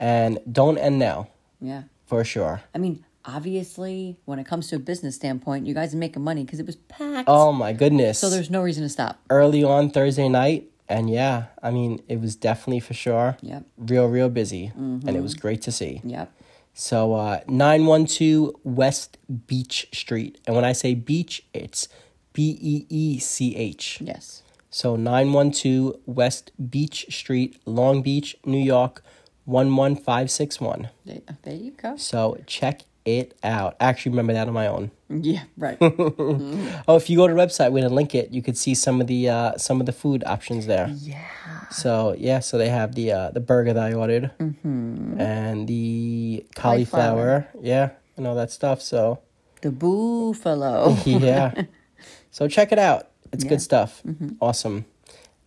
C: and don't end now,
D: Yeah.
C: for sure.
D: I mean, obviously, when it comes to a business standpoint, you guys are making money because it was packed.
C: Oh my goodness!
D: So there's no reason to stop.
C: early on Thursday night, and yeah, I mean it was definitely for sure.
D: Yep. Mm-hmm.
C: real, real busy, and it was great to see.
D: Yep.
C: So uh, 912 West Beach Street. And when I say beach, it's B E E C H.
D: Yes.
C: So 912 West Beach Street, Long Beach, New York, 11561.
D: There, there you go.
C: So check it out. I actually remember that on my own.
D: Yeah,
C: <laughs>
D: right.
C: Oh, if you go to the website, we're gonna link it. You could see some of the uh, some of the food options there.
D: yeah.
C: So yeah, so they have the uh, the burger that I ordered,
D: Mm-hmm.
C: and the cauliflower, yeah, and all that stuff. So <laughs>
D: The buffalo. <laughs>
C: yeah. so check it out. It's good stuff.
D: Mm-hmm.
C: Awesome.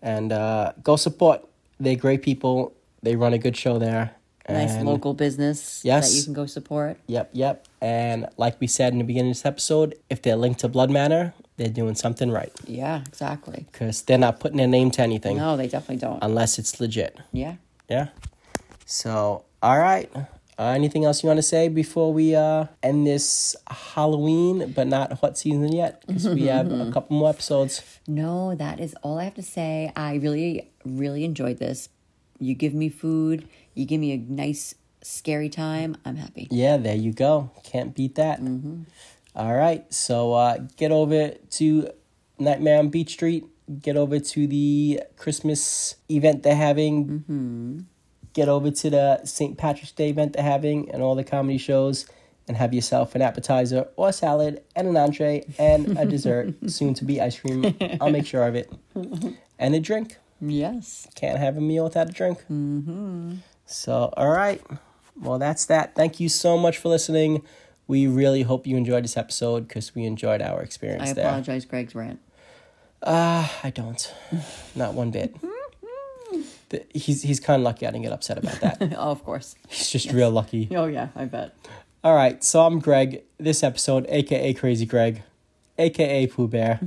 C: And uh, go support. They're great people. They run a good show there.
D: nice
C: And-
D: local business
C: Yes.
D: that you can go support.
C: Yep, yep. And like we said in the beginning of this episode, if they're linked to Blood Manor, they're doing something right
D: Yeah, exactly.
C: because they're not putting their name to anything
D: No, they definitely don't.
C: unless it's legit.
D: yeah.
C: Yeah. So, all right. Uh, anything else you want to say before we uh, end this Halloween, but not hot season yet? Because we have a couple more episodes.
D: No, that is all I have to say. I really, really enjoyed this. You give me food, you give me a nice, scary time. I'm happy.
C: Yeah, there you go. Can't beat that. All right, so uh, get over to Nightmare on Beach Street. Get over to the Christmas event they're having. Get over to the St. Patrick's Day event they're having and all the comedy shows. And have yourself an appetizer or salad and an entree and a dessert, soon to be ice cream. I'll make sure of it. And a drink.
D: Yes.
C: Can't have a meal without a drink. Mm-hmm. So, all right. Well, that's that. Thank you so much for listening. We really hope you enjoyed this episode because we enjoyed our experience
D: I
C: there. Ah,
D: apologize, Greg's rant.
C: I
D: <laughs>
C: don't. Not one bit.
D: Mm-hmm.
C: The- he's he's kind of lucky I didn't get upset about
D: <laughs>
C: that.
D: oh, <laughs> of course.
C: he's just real lucky.
D: Oh, yeah, I bet.
C: All right. So, I'm Greg, this episode, aka Crazy Greg, aka Pooh
D: <laughs>
C: Bear.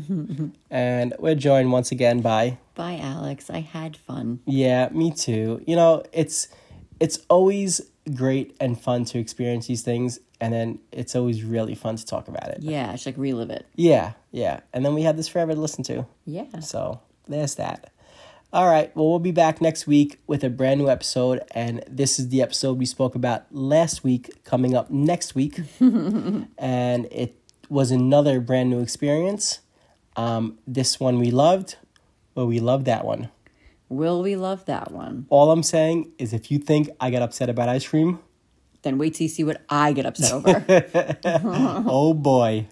C: and we're joined once again by.
D: Bye, Alex. I had fun.
C: Yeah, me too. You know, it's it's always great and fun to experience these things and then it's always really fun to talk about it.
D: Yeah, I should like relive it.
C: Yeah, yeah. And then we have this forever to listen to.
D: Yeah.
C: So, there's that. All right, well, we'll be back next week with a brand new episode. And this is the episode we spoke about last week, coming up next
D: <laughs>
C: week. and it was another brand new experience. Um, this one we loved, but we loved that one.
D: Will we love that one?
C: All I'm saying is if you think I got upset about ice cream,
D: Then wait till you see what I get upset <laughs> over.
C: oh boy.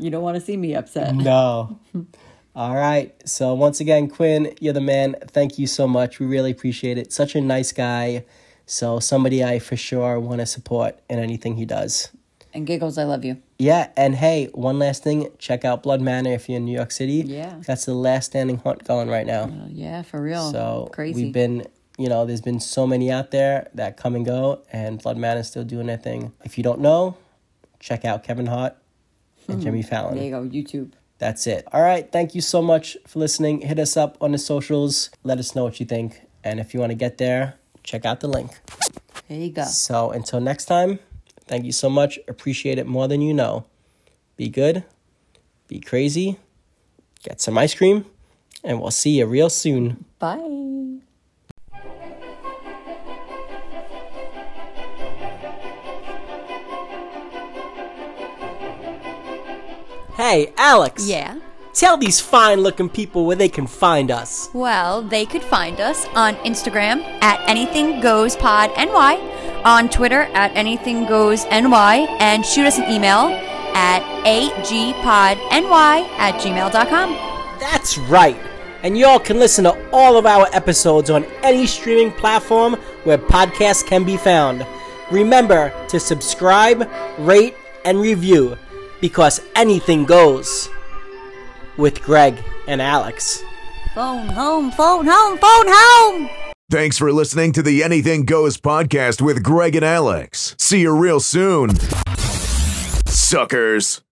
D: you don't want to see me upset.
C: No. All right. So once again, Quinn, you're the man. Thank you so much. We really appreciate it. Such a nice guy. So somebody I for sure want to support in anything he does.
D: And giggles, I love you.
C: Yeah, and hey, one last thing, check out Blood Manor if you're in New York City.
D: Yeah.
C: That's the last standing haunt going right now.
D: Oh, yeah, for real.
C: So
D: crazy.
C: we've been you know, there's been so many out there that come and go and Blood Manor's still doing their thing. If you don't know, check out Kevin Hart and Jimmy Fallon.
D: Mm-hmm. there you go, YouTube.
C: That's it. All right. Thank you so much for listening. Hit us up on the socials. Let us know what you think. And if you want to get there, check out the link.
D: There you go.
C: So until next time, Thank you so much. Appreciate it more than you know. Be good, be crazy, get some ice cream, and we'll see you real soon.
D: Bye.
C: Hey, Alex.
E: Yeah.
C: Tell these fine looking people where they can find us.
E: Well, they could find us on Instagram at anything goes pod ny, on Twitter at anything goes ny, and shoot us an email at agpodny at gmail.com.
C: That's right. And y'all can listen to all of our episodes on any streaming platform where podcasts can be found. Remember to subscribe, rate, and review because anything goes with Greg and Alex.
E: Phone home, phone home, phone home!
A: Thanks for listening to the Anything Goes podcast with Greg and Alex. See you real soon, suckers.